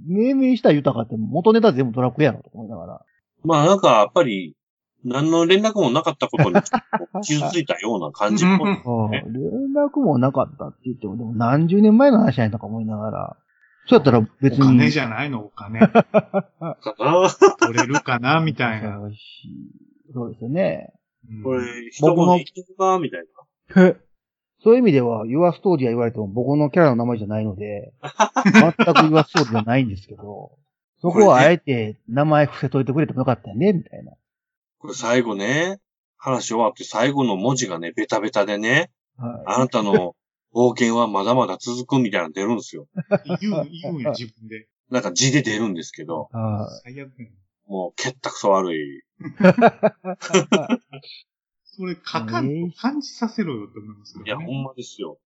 Speaker 4: 命名した豊かって元ネタ全部ドラクエやろと思いながら。
Speaker 2: まあなんか、やっぱり、何の連絡もなかったことに、傷ついたような感じっぽい。
Speaker 4: ああ
Speaker 2: え
Speaker 4: 連絡もなかったって言っても、でも何十年前の話やんとか思いながら。そうやったら別
Speaker 3: お
Speaker 4: に。
Speaker 3: 金じゃないのお金。
Speaker 2: かな
Speaker 3: 取れるかなみたいな。
Speaker 4: そうやしそうですよね。
Speaker 3: うん
Speaker 2: これ、一言で言ってるかみたいな。
Speaker 4: へそういう意味では、ユアストーリーは言われても僕のキャラの名前じゃないので、全くユアストーリーじゃないんです けど、そこはあえて名前伏せといてくれてもよかったよね、みたいな。
Speaker 2: これ最後ね、話終わって最後の文字がね、ベタベタでね、
Speaker 4: はい、
Speaker 2: あなたの冒険はまだまだ続くみたいなの出るんですよ。
Speaker 3: 言う、言うんや、自分で。
Speaker 2: なんか字で出るんですけど、
Speaker 4: は
Speaker 3: 最悪やん。
Speaker 2: もう、けったくそ悪い。
Speaker 3: それ書かん
Speaker 4: えー
Speaker 3: と感じさせろよって思いますけ
Speaker 2: い
Speaker 3: ど、ね。
Speaker 2: や、ほんまですよ。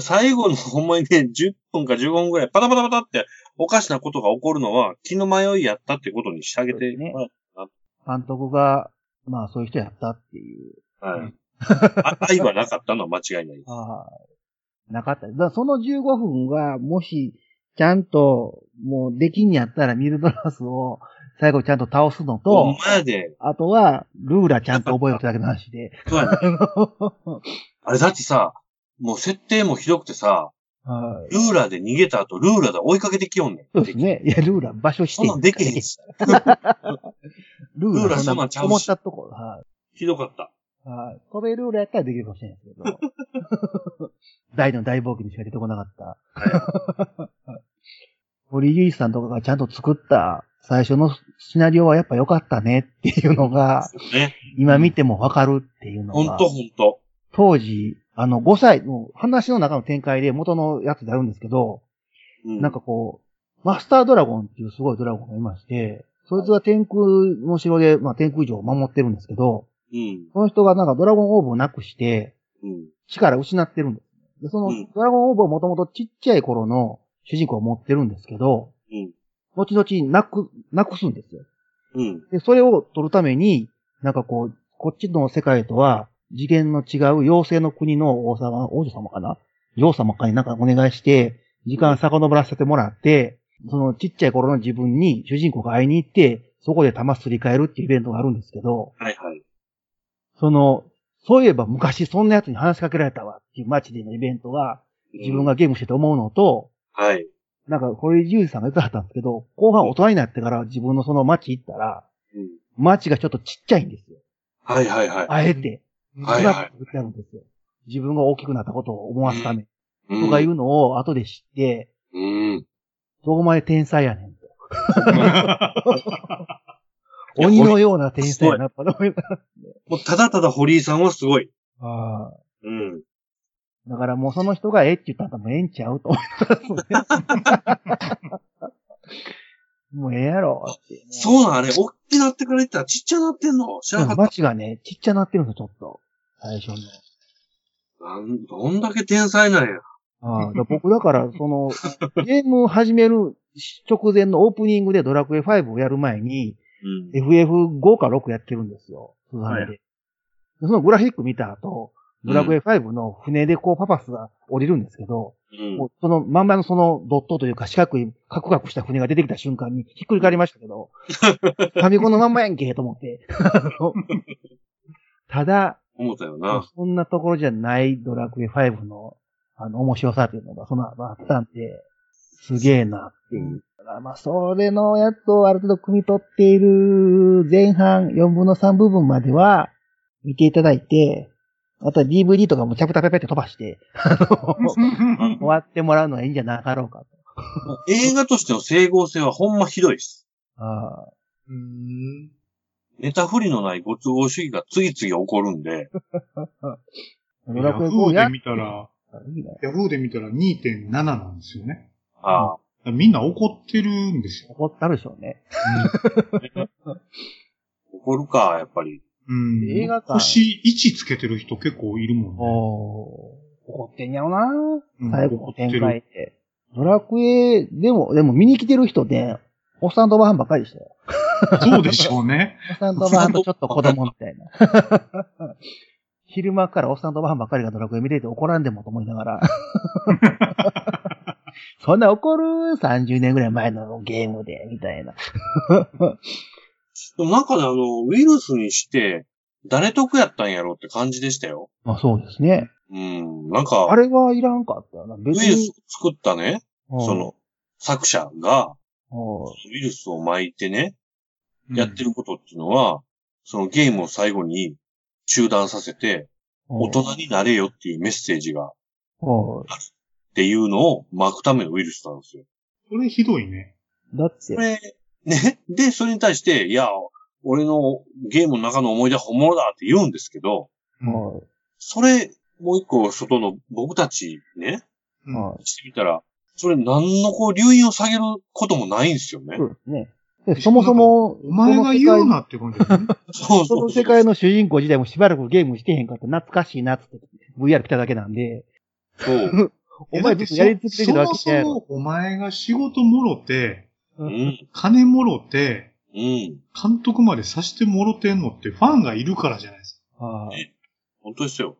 Speaker 2: 最後の ほんまにね、10分か15分くらい、パタパタパタって、おかしなことが起こるのは、気の迷いやったってことにしてあげてもらえ
Speaker 4: い監督が、まあそういう人やったっていう。
Speaker 2: はい。あ愛はなかったのは間 違いないです。
Speaker 4: はいなかった。だからその15分が、もし、ちゃんと、もうできんやったらミルドラスを最後ちゃんと倒すの
Speaker 2: ほん
Speaker 4: と、
Speaker 2: まやで。
Speaker 4: あとは、ルーラちゃんと覚えようってだけの話で。
Speaker 2: そうやね
Speaker 4: は
Speaker 2: あれだってさ、もう設定もひどくてさ、
Speaker 4: い。
Speaker 2: ルーラーで逃げた後、ルーラーで追いかけてきよんねん。
Speaker 4: そうですね。いや、ルーラ、場所指
Speaker 2: そん
Speaker 4: 定
Speaker 2: なんできへんし。
Speaker 4: ルー
Speaker 2: ルーラ
Speaker 4: ラ、
Speaker 2: そんなんちゃうし
Speaker 4: 思ったとこ、はい。
Speaker 2: ひどかった。
Speaker 4: はい。これルーラやったらできるかもしれないですけど。大の大冒険にしか出てこなかった。堀ゆいさんとかがちゃんと作った最初のシナリオはやっぱ良かったねっていうのが、
Speaker 2: ね。
Speaker 4: 今見てもわかるっていうの
Speaker 2: ほ
Speaker 4: が
Speaker 2: ん、とほんと。
Speaker 4: 当時、あの5歳の話の中の展開で元のやつであるんですけど、
Speaker 2: う
Speaker 4: なんか、こう、マスタードラゴンっていうすごいドラゴンがいまして、そいつは天空の城で、まあ、天空城を守ってるんですけど、
Speaker 2: うん。
Speaker 4: その人がなんかドラゴンオーブをなくして、
Speaker 2: うん。
Speaker 4: 力を失ってるんですね。で、そ
Speaker 2: うん
Speaker 4: のドラゴンオーブをもともとちっちゃい頃の主人公を持ってるんですけど、
Speaker 2: うん。
Speaker 4: 後々なく、なくすんですよ。
Speaker 2: うん。
Speaker 4: で、それを取るために、なんかこう、こっちの世界とは次元の違う妖精の国の王様、王女様かな王様かになんかお願いして、時間遡らせてもらって、そのちっちゃい頃の自分に主人公が会いに行って、そこで玉すり替えるっていうイベントがあるんですけど、
Speaker 2: はいはい。
Speaker 4: その、そういえば昔そんな奴に話しかけられたわっていう街でのイベントが、自分
Speaker 2: うん。
Speaker 4: がゲームしてて思うのと、
Speaker 2: はい。
Speaker 4: なんか、これ、ゆうじさんが言ってはったんですけど、後半大人になってから自分のその街行ったら、
Speaker 2: うん。
Speaker 4: 街がちょっとちっちゃいんですよ。
Speaker 2: はいはいはい。
Speaker 4: あえて、
Speaker 3: うん
Speaker 2: はいはい
Speaker 4: 作ってあるんですよ。自分が大きくなったことを思わすため
Speaker 2: う
Speaker 4: とかい
Speaker 2: ん。
Speaker 4: うのを後で知って、
Speaker 2: うん。
Speaker 4: どこまで天才やねんと。鬼のような天才やな、やっぱ思いなが
Speaker 2: もうただただ堀井さんはすごい。
Speaker 4: ら あ
Speaker 2: うん。
Speaker 4: ーだからもうその人がええって言ったらもうええんちゃうと思いながら もうええやろって。
Speaker 2: そうなんあれ、おっきなってから言ったらちっちゃなってんの知らなかった。
Speaker 4: 街がね、ちっちゃなってるんですよ、ちょっと。最初に。
Speaker 2: なんどんだけ天才なんや。
Speaker 4: ああ、だから僕だから、その、ゲームを始める直前のオープニングでドラクエ5をやる前に、
Speaker 2: うん。
Speaker 4: FF5 か6やってるんですよ。通販で。
Speaker 2: は
Speaker 4: でそのグラフィック見た後、ドラクエ5の船でこうパパスが降りるんですけど、
Speaker 2: うん
Speaker 4: もうそのまんまのそのドットというか四角いカクカクした船が出てきた瞬間にひっくり返りましたけ ど、ファミコンのまんまやんけと思って。あのただ、
Speaker 2: 思ったよな。
Speaker 4: そんなところじゃないドラクエ5の、あの、面白さというのが、その、あったんで、すげえなっていう。だからまあ、それのやつをある程度汲み取っている前半4分の3部分までは見ていただいて、あとは DVD とかもチャプターペペって飛ばして、あの終わってもらうのがいいんじゃなかろうかと。
Speaker 2: 映画としての整合性はほんまひどいです。
Speaker 4: ああ
Speaker 3: うん
Speaker 2: ネタ不利のないご都合主義が次々起こるんで、
Speaker 4: ド
Speaker 3: ヤ
Speaker 4: ラクエ
Speaker 3: フ
Speaker 4: 5
Speaker 3: ー
Speaker 4: や
Speaker 3: で
Speaker 4: っ
Speaker 3: 見たら、
Speaker 4: たらいいね。
Speaker 3: ヤフーで見たら2.7なんですよね。
Speaker 2: ああ、
Speaker 3: みんな怒ってる んですよ。
Speaker 4: 怒ったるでしょうね。
Speaker 2: 起こるか、やっぱり。
Speaker 3: うん。
Speaker 4: 映画館
Speaker 3: 星1つけてる人結構いるもんね。
Speaker 4: お怒ってんやろな
Speaker 3: うん
Speaker 4: 最後
Speaker 3: 怒
Speaker 4: の
Speaker 3: って
Speaker 4: 展
Speaker 3: る
Speaker 4: 開って。ドラクエ、でも、でも見に来てる人ね、おっさんとおばはんばっかりでしたよ。
Speaker 3: そうでしょう ね。
Speaker 4: おっさんとおばはんとちょっと子供みたいな。 昼間からおっさんとおばはんばっかりがドラクエ見てて怒らんでもと思いながら。 そんな怒る ?30 年ぐらい前のゲームで、みたいな。
Speaker 2: でもなんかね、あの、ウイルスにして、誰得やったんやろって感じでしたよ。
Speaker 4: まあそうですね。
Speaker 2: うん。なんか、
Speaker 4: あれはいらんかったよな。
Speaker 2: ウ
Speaker 4: 別
Speaker 2: イルス、作ったね、
Speaker 4: うん
Speaker 2: その、作者が、
Speaker 4: うん
Speaker 2: ウイルスを巻いてね、やってることっていうのは、そのゲームを最後に中断させて、大人になれよっていうメッセージが、っ
Speaker 4: うん
Speaker 2: ていうのを巻くためのウイルスなんですよ。
Speaker 3: これひどいね。
Speaker 4: だっ
Speaker 2: そ
Speaker 4: て、
Speaker 2: れ、ね。で、それに対して、いや、俺のゲームの中の思い出は本物だって言うんですけど、
Speaker 3: うん
Speaker 4: うん
Speaker 2: それ、もう一個外の僕たちね、
Speaker 3: うん
Speaker 4: はい
Speaker 2: してみたら、それ何のこう、留飲を下げることもないんですよね
Speaker 4: そ。うですね。でそもそも、
Speaker 3: お前が言う
Speaker 4: この世界
Speaker 3: なって感じだよね。
Speaker 2: そう
Speaker 4: そ
Speaker 2: そ
Speaker 4: の
Speaker 2: う
Speaker 4: 世界の主人公自体もしばらくゲームしてへんかった懐かしいなっつって、VR 来ただけなんで、
Speaker 2: そう。
Speaker 4: お前別にやり続けてるわけじゃない
Speaker 3: そもそもお前が仕事もろて、
Speaker 2: うん。
Speaker 3: 金もろて、
Speaker 2: うん。
Speaker 3: 監督までさしてもろてんのってファンがいるからじゃないです
Speaker 4: ああ
Speaker 2: 本当ですよ。
Speaker 3: か。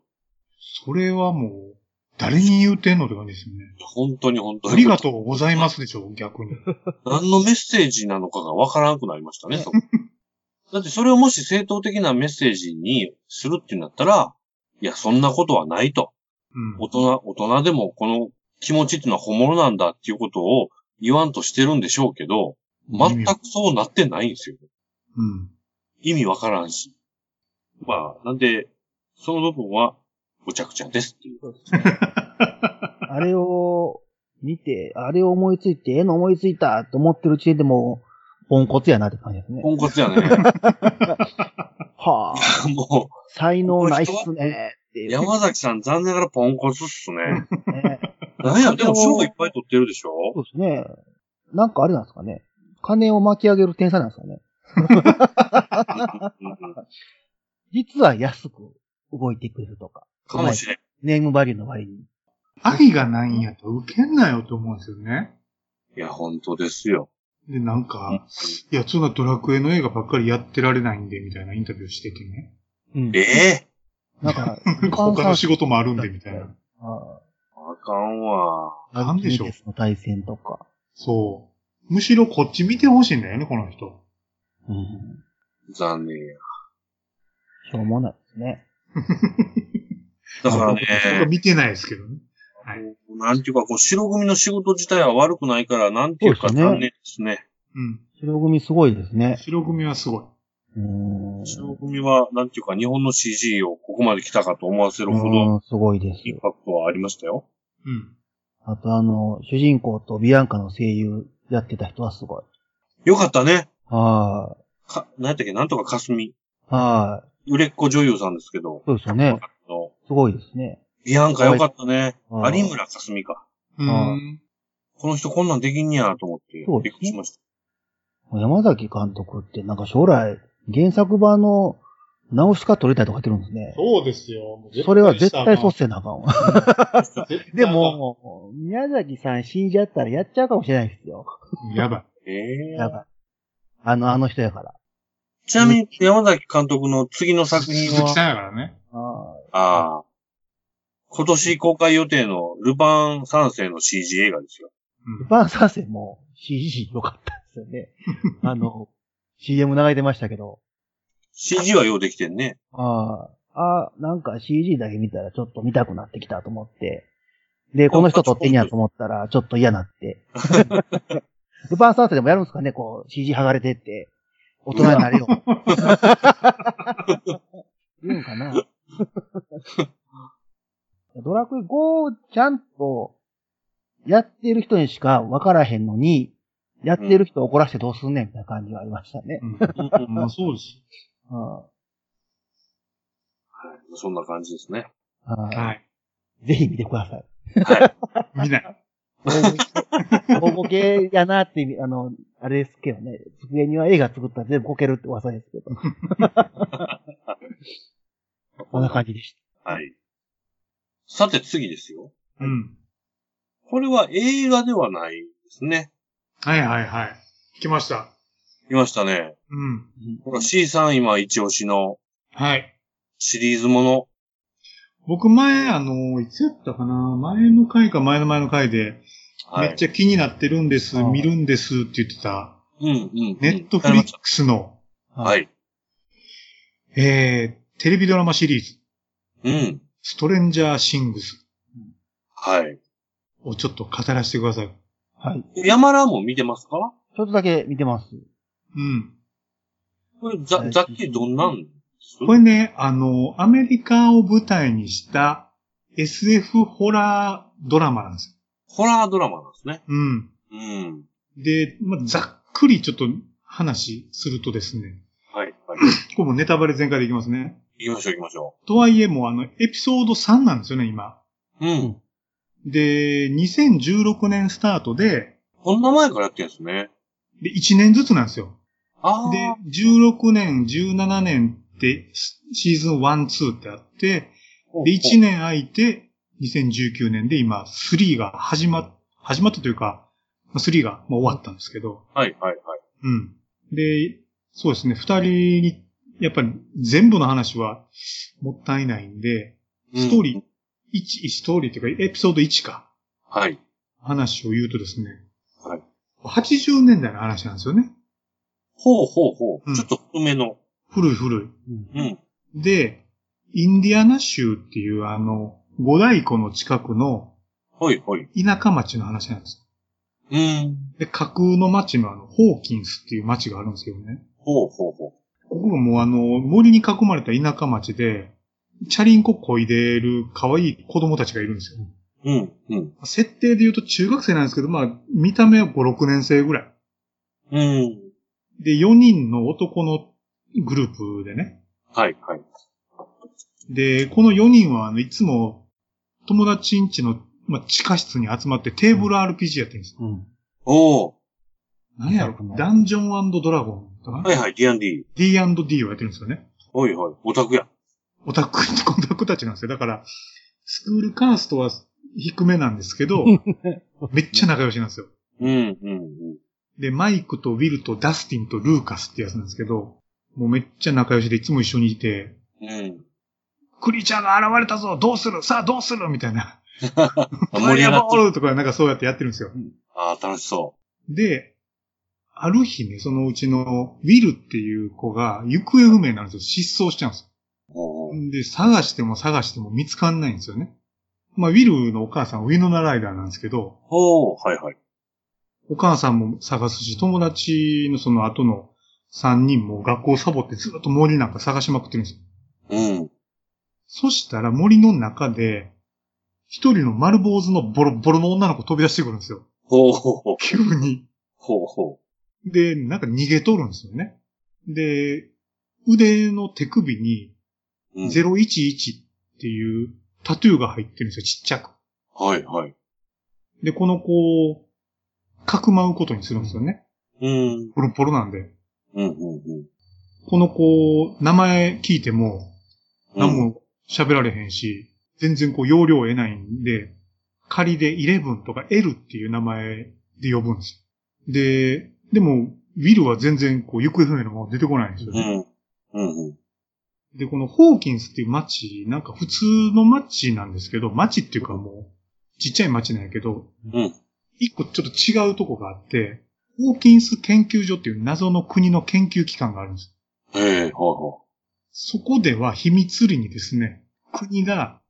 Speaker 3: それはもう、誰に言うてんのって感じですよね。
Speaker 2: 本当に本当に。
Speaker 3: ありがとうございますでしょ、逆に。
Speaker 2: 何のメッセージなのかがわからなくなりましたね、そこ。だってそれをもし正当的なメッセージにするってなったら、いや、そんなことはないと。
Speaker 3: うん
Speaker 2: 大人、大人でもこの気持ちっていうのは本物なんだっていうことを言わんとしてるんでしょうけど、全くそうなってないんですよ。
Speaker 3: うん。
Speaker 2: 意味わからんし。まあ、なんで、その部分は、ごちゃくちゃですっていう。
Speaker 4: あれを見て、あれを思いついて、ええの思いついたと思ってる時点でもう、ポンコツやなって感じですね。
Speaker 2: ポンコツやね。
Speaker 4: はあ、
Speaker 2: も
Speaker 4: 才能ないっすね。って
Speaker 2: う、
Speaker 4: いうね。
Speaker 2: 山崎さん残念ながらポンコツっすね。なんや、でも賞いっぱい取ってるでしょ
Speaker 4: そうですね。なんかあれなんですかね。金を巻き上げる天才なんですかね。実は安く動いてくれるとか。
Speaker 2: かもしれん。
Speaker 4: ネームバリューの割に。
Speaker 3: 愛がないんやと受けんなよと思うんですよね。
Speaker 2: いや、本当ですよ。
Speaker 3: で、なん
Speaker 2: うん
Speaker 3: か、いや、そんなドラクエの映画ばっかりやってられないんで、みたいなインタビューしててね。
Speaker 4: うん
Speaker 2: ええ
Speaker 4: なんか、
Speaker 3: 他の仕事もあるんで、みたいな。
Speaker 4: あ
Speaker 2: あかんわ。
Speaker 4: あ
Speaker 3: なんでしょう
Speaker 4: ビジネスの対戦とか。
Speaker 3: そう。むしろこっち見てほしいんだよね、この人。
Speaker 4: うん。
Speaker 2: 残念や。
Speaker 4: しょうもないですね。
Speaker 2: だから
Speaker 3: 僕は
Speaker 2: ね、
Speaker 3: 見てないですけどね。
Speaker 2: なんていうか、こう、白組の仕事自体は悪くないから、なんていうか
Speaker 4: そうですね
Speaker 2: 残念ですね。
Speaker 3: う
Speaker 4: 白組すごいです
Speaker 3: ん。
Speaker 4: ね。
Speaker 3: 白組はすごい。
Speaker 4: うん。
Speaker 2: 白組は、なんていうか、日本の CG をここまで来たかと思わせるほど、
Speaker 4: うんすごいです
Speaker 2: イン
Speaker 4: よ。
Speaker 2: パクトはありましたよ。
Speaker 3: うん。
Speaker 4: あとあの、主人公とビアンカの声優やってた人はすごい。
Speaker 2: よかったね。
Speaker 4: は
Speaker 2: か、なんやったっけ、なんとかかすみ。
Speaker 4: い。はい。
Speaker 2: 売れっ子女優さんですけど。
Speaker 4: そうですよね。
Speaker 2: あの、
Speaker 4: すごいですね。
Speaker 2: ビアンカよかったね。
Speaker 4: はい
Speaker 2: 有村かすみか。
Speaker 3: う
Speaker 4: あ
Speaker 3: ん。
Speaker 2: この人こんなんできんねやと思って
Speaker 4: そう、
Speaker 2: び
Speaker 4: で
Speaker 2: っ
Speaker 4: す
Speaker 2: く
Speaker 4: ね
Speaker 2: りしました。
Speaker 4: 山崎監督ってなんか将来、原作版の直しか取れたりとかってるんですね。
Speaker 3: そうですよ。
Speaker 4: それは絶対そうせなあかんわ。
Speaker 3: う
Speaker 4: で、も、宮崎さん死んじゃったらやっちゃうかもしれないですよ。
Speaker 3: やばい。
Speaker 2: ええ
Speaker 4: だから。あの、あの人やから。
Speaker 2: ちなみに、山崎監督の次の作品
Speaker 3: 鈴木
Speaker 2: は、
Speaker 3: さんやからね。
Speaker 4: あ
Speaker 2: ああ、今年公開予定のルパン三世の CG 映画ですよ。
Speaker 3: う
Speaker 4: ル
Speaker 3: ん
Speaker 4: パン三世も CG 良かったですよね。あの、CM 流れてましたけど。
Speaker 2: CG はようできてんね。
Speaker 4: ああ、ああなんか CG だけ見たらちょっと見たくなってきたと思って。で、この人撮ってんやと思ったらちょっと嫌なって。 ルパン三世でもやるんですかねこう CG 剥がれてって。大人になれ よ。言うんかなドラクエ5をちゃんとやってる人にしか分からへんのに、やってる人を怒らせてどうすんねんみたいな感じはありましたね。
Speaker 3: うんまあそうです。
Speaker 4: うん
Speaker 2: そんな感じですね。
Speaker 4: は
Speaker 3: はい。
Speaker 4: いぜひ見てください。
Speaker 2: はい。
Speaker 3: 見ない。
Speaker 4: 大ボケやなって意味、あの、 あれですけどね。机には映画作ったら全部こけるって噂ですけど。こんな感じでし
Speaker 2: はい。さて次ですよ。
Speaker 3: うん。
Speaker 2: これは映画ではないですね。
Speaker 3: はいはいはい。来ました。
Speaker 2: いましたね。
Speaker 3: うん。
Speaker 2: これ C さん今一押しの
Speaker 3: はい。
Speaker 2: シリーズもの。
Speaker 3: 僕前、あの、いつやったかな前の回か前の前の回で、
Speaker 2: はい。
Speaker 3: めっちゃ気になってるんです、
Speaker 4: はい
Speaker 3: 見るんですって言ってた、
Speaker 2: うんうんうん。
Speaker 3: ネットフリックスの、
Speaker 4: た。
Speaker 2: は。い。
Speaker 3: えー、テレビドラマシリーズ、
Speaker 2: うん。
Speaker 3: ストレンジャーシングス
Speaker 2: はい。
Speaker 3: をちょっと語らせてください。
Speaker 4: はい。
Speaker 2: 山田も見てますか
Speaker 4: ちょっとだけ見てます。
Speaker 3: うん。
Speaker 2: これざ
Speaker 4: は、い
Speaker 2: ざっきりどんなんです
Speaker 3: これね、あの、アメリカを舞台にした SF ホラードラマなんです
Speaker 2: ホラードラマなんですね。
Speaker 3: よ。うん。
Speaker 2: うん。
Speaker 3: で、まあ、ざっくりちょっと話するとですね、
Speaker 2: はい。 はい。
Speaker 3: ここもネタバレ全開でいきますね。
Speaker 2: 行きましょう行きましょ
Speaker 3: とはいえもうあの、エピソード3なんですよね、今。
Speaker 2: う。うん。
Speaker 3: で、2016年スタートで、
Speaker 2: こんな前からやってるんですね。
Speaker 3: で、1年ずつなんですよ。
Speaker 2: あ
Speaker 3: で
Speaker 2: あ。、
Speaker 3: 16年、17年って、シシーズン1、2ってあって、
Speaker 2: ほうほう
Speaker 3: で、1年空いて、2019年で今、3が始まっ、始まったというか、まあ3がまあ終わったんですけど、
Speaker 2: はいはいはい。
Speaker 3: うん。で、そうですね、二人に、やっぱり全部の話はもったいないんで、ストーリー
Speaker 2: うん。
Speaker 3: 1、ストーリーというか、エピソード1か、
Speaker 2: はい。
Speaker 3: 話を言うとですね、
Speaker 2: はい。
Speaker 3: 80年代の話なんですよね。
Speaker 2: ほうほうほ
Speaker 3: うん
Speaker 2: う。ちょっと太めの。
Speaker 3: 古い古い。
Speaker 2: うん。
Speaker 3: で、インディアナ州っていうあの、五大湖の近くの
Speaker 2: はいはい。
Speaker 3: 田舎町の話なんです。
Speaker 2: うん。
Speaker 3: で、架空の町のあの、ホーキンスっていう町があるんですけどね。
Speaker 2: ほうほうほ
Speaker 3: ここがもうあの、森に囲まれた田舎町で、チャリンコ漕いでる可愛い子供たちがいるんですよ。
Speaker 2: う。うん。うん。
Speaker 3: 設定で言うと中学生なんですけど、まあ、見た目は5、6年生ぐらい。
Speaker 2: うん。
Speaker 3: で、4人の男のグループでね。
Speaker 2: はいはい。
Speaker 3: で、この4人は、あの、いつも、友達んちの、まあ、地下室に集まってテーブル RPG やってるんですよ。
Speaker 4: うん。
Speaker 2: おお。
Speaker 3: 何やろダンジョンドラゴンとかな、
Speaker 2: はいはい、D&D。
Speaker 3: D&D をやってるんですよね。
Speaker 2: はいはい。オタクや。
Speaker 3: オタク、 オタクたちなんですよ。だから、スクールカーストは低めなんですけ ど、めっちゃ仲良しなんですよ。
Speaker 2: うん、うん、うん。
Speaker 3: で、マイクとウィルとダスティンとルーカスってやつなんですけど、もうめっちゃ仲良しでいつも一緒にいて、
Speaker 2: うん。
Speaker 3: クリーチャーが現れたぞどうするさあどうするみたいな。
Speaker 2: あ盛り上がっ
Speaker 3: ファイアボ
Speaker 2: て る。
Speaker 3: ールとかなんかそうやってやってるんですよ。
Speaker 2: ああ、楽しそ
Speaker 3: で、ある日ね、そのうちのウィルっていう子が行方不明になるんですよ。失踪しちゃうんです
Speaker 2: う。おー
Speaker 3: よ。で、探しても探しても見つかんないんですよね。まあ、ウィルのお母さんはウィノナライダーなんですけど、
Speaker 2: おー、はいはい。
Speaker 3: お母さんも探すし、友達のその後の3人も学校サボってずっと森なんか探しまくってるんですよ。
Speaker 2: うん。
Speaker 3: そしたら森の中で、一人の丸坊主のボロボロの女の子飛び出してくるんですよ。
Speaker 2: ほうほうほう。
Speaker 3: 急に。
Speaker 2: ほうほ
Speaker 3: で、なんか逃げとるんですよね。で、腕の手首に
Speaker 2: う。うん、
Speaker 3: 011っていうタトゥーが入ってるんですよ、ちっちゃく。
Speaker 2: はいはい。
Speaker 3: で、この子を、かくまうことにするんですよね。
Speaker 2: うん。
Speaker 3: ポロポロなんで。
Speaker 2: うん、うん、
Speaker 3: この子、名前聞いても、
Speaker 2: うん。
Speaker 3: 何も喋られへんし、全然こう容量を得ないんで、仮で11とか L っていう名前で呼ぶんですよ。で、でも、ウィルは全然こう行方不明のまま出てこないんですよ
Speaker 2: う
Speaker 3: ね。
Speaker 2: ん。うん、うん。
Speaker 3: で、このホーキンスっていう街、なんか普通の街なんですけど、街っていうかもう、ちっちゃい街なんやけど、
Speaker 2: うん。
Speaker 3: 一個ちょっと違うとこがあって、ホーキンス研究所っていう謎の国の研究機関があるんです。
Speaker 2: へえ、ほ
Speaker 3: そこでは秘密裏にですね、国が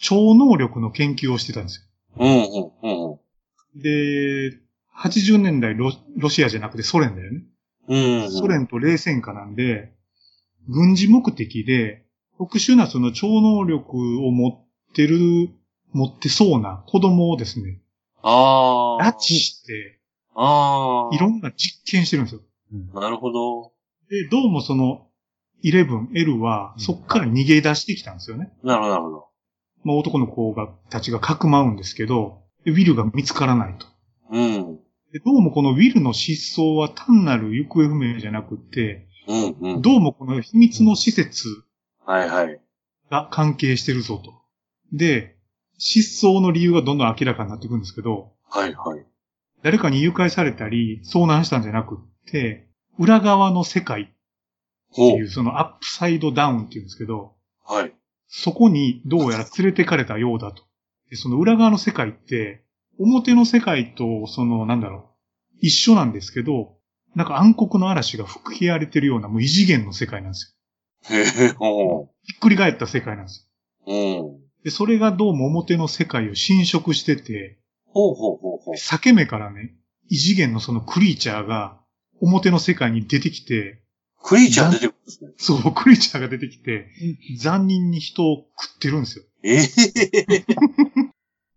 Speaker 3: 超能力の研究をしてたんですよ。
Speaker 2: うほう。うん、うん、
Speaker 3: で、80年代ロロシアじゃなくてソ連だよね。
Speaker 2: うん。うん。
Speaker 3: ソ。連と冷戦下なんで、軍事目的で、特殊なその超能力を持ってる、持ってそうな子供をですね、
Speaker 2: ああ。
Speaker 3: 拉致して、
Speaker 2: ああ。
Speaker 3: いろんな実験してるんですよ。
Speaker 2: なるほど。
Speaker 3: で、どうもその、11、L は、そっから逃げ出してきたんですよね。
Speaker 2: なるほど、なるほど。
Speaker 3: まあ男の子が、たちがかくまうんですけど、でウィルが見つからないと。
Speaker 2: うん。
Speaker 3: でどうもこのウィルの失踪は単なる行方不明じゃなくて、
Speaker 2: うん、うん。
Speaker 3: どうもこの秘密の施設
Speaker 2: はいはい。
Speaker 3: が関係してるぞと。で、失踪の理由がどんどん明らかになっていくんですけど、
Speaker 2: はいはい。
Speaker 3: 誰かに誘拐されたり、遭難したんじゃなくって、裏側の世界って
Speaker 2: ほ
Speaker 3: いう、そのアップサイドダウンっていうんですけど、
Speaker 2: う。はい。
Speaker 3: そこにどうやら連れてかれたようだと。でその裏側の世界って、表の世界と、その、なんだろう、一緒なんですけど、なんか暗黒の嵐が吹き荒れてるような、もう異次元の世界なんですよ。
Speaker 2: へえ、ほ
Speaker 3: ひっくり返った世界なんです
Speaker 2: う。うん。
Speaker 3: よ。で、それがどうも表の世界を侵食してて、
Speaker 2: ほうほうほうほう。
Speaker 3: 裂け目からね、異次元のそのクリーチャーが、表の世界に出てきて、
Speaker 2: クリーチャー出てくるんですね。
Speaker 3: そう、クリーチャーが出てきて、残忍に人を食ってるんですよ。
Speaker 2: え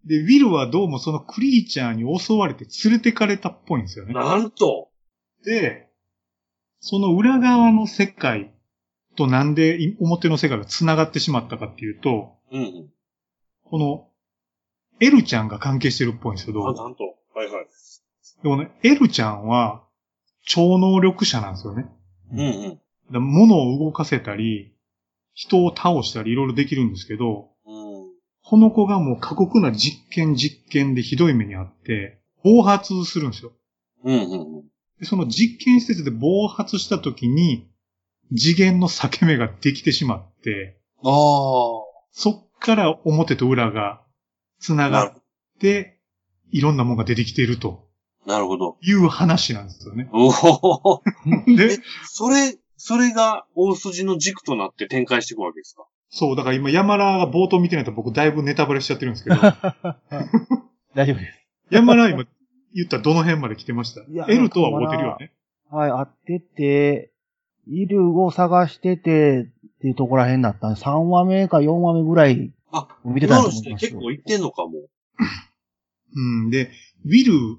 Speaker 3: で、ウィルはどうもそのクリーチャーに襲われて連れてかれたっぽいんですよ
Speaker 2: え
Speaker 3: ね。
Speaker 2: なんと。
Speaker 3: で、その裏側の世界となんでい表の世界が繋がってしまったかっていうと、
Speaker 2: うん。
Speaker 3: この、エルちゃんが関係してるっぽいんですけ
Speaker 2: あ、
Speaker 3: ど、
Speaker 2: なんと。はいはい。
Speaker 3: でもね、エルちゃんは超能力者なんですよね。
Speaker 2: うんうん。
Speaker 3: だから物を動かせたり、人を倒したりいろいろできるんですけど、
Speaker 2: うん。
Speaker 3: この子がもう過酷な実験実験でひどい目にあって、暴発するんですよ。
Speaker 2: うんうんうん。
Speaker 3: でその実験施設で暴発した時に、次元の裂け目ができてしまって、
Speaker 2: ああ。
Speaker 3: そっから表と裏が繋がって、いろんなものが出てきていると
Speaker 2: なるほど。
Speaker 3: いう話なんですよね。
Speaker 2: おお。え
Speaker 3: で、
Speaker 2: それ、それが大筋の軸となって展開していくわけですか
Speaker 3: そう、だから今山田が冒頭見てないと僕だいぶネタバレしちゃってるんですけど、
Speaker 4: 大丈夫です。
Speaker 3: 山田は今言ったらどの辺まで来てました
Speaker 4: いや
Speaker 3: ?L とは思ってるよね。
Speaker 4: はい、会ってて、イルを探してて、っていうところらへんだったんで、3話目か4話目ぐらい
Speaker 2: あ、
Speaker 4: 見て
Speaker 2: 今
Speaker 4: た
Speaker 2: の
Speaker 4: と思
Speaker 2: 人
Speaker 4: い
Speaker 2: に
Speaker 4: ます
Speaker 2: 結
Speaker 4: よ。
Speaker 2: 構いってんのかも。
Speaker 3: うん、で、ウィル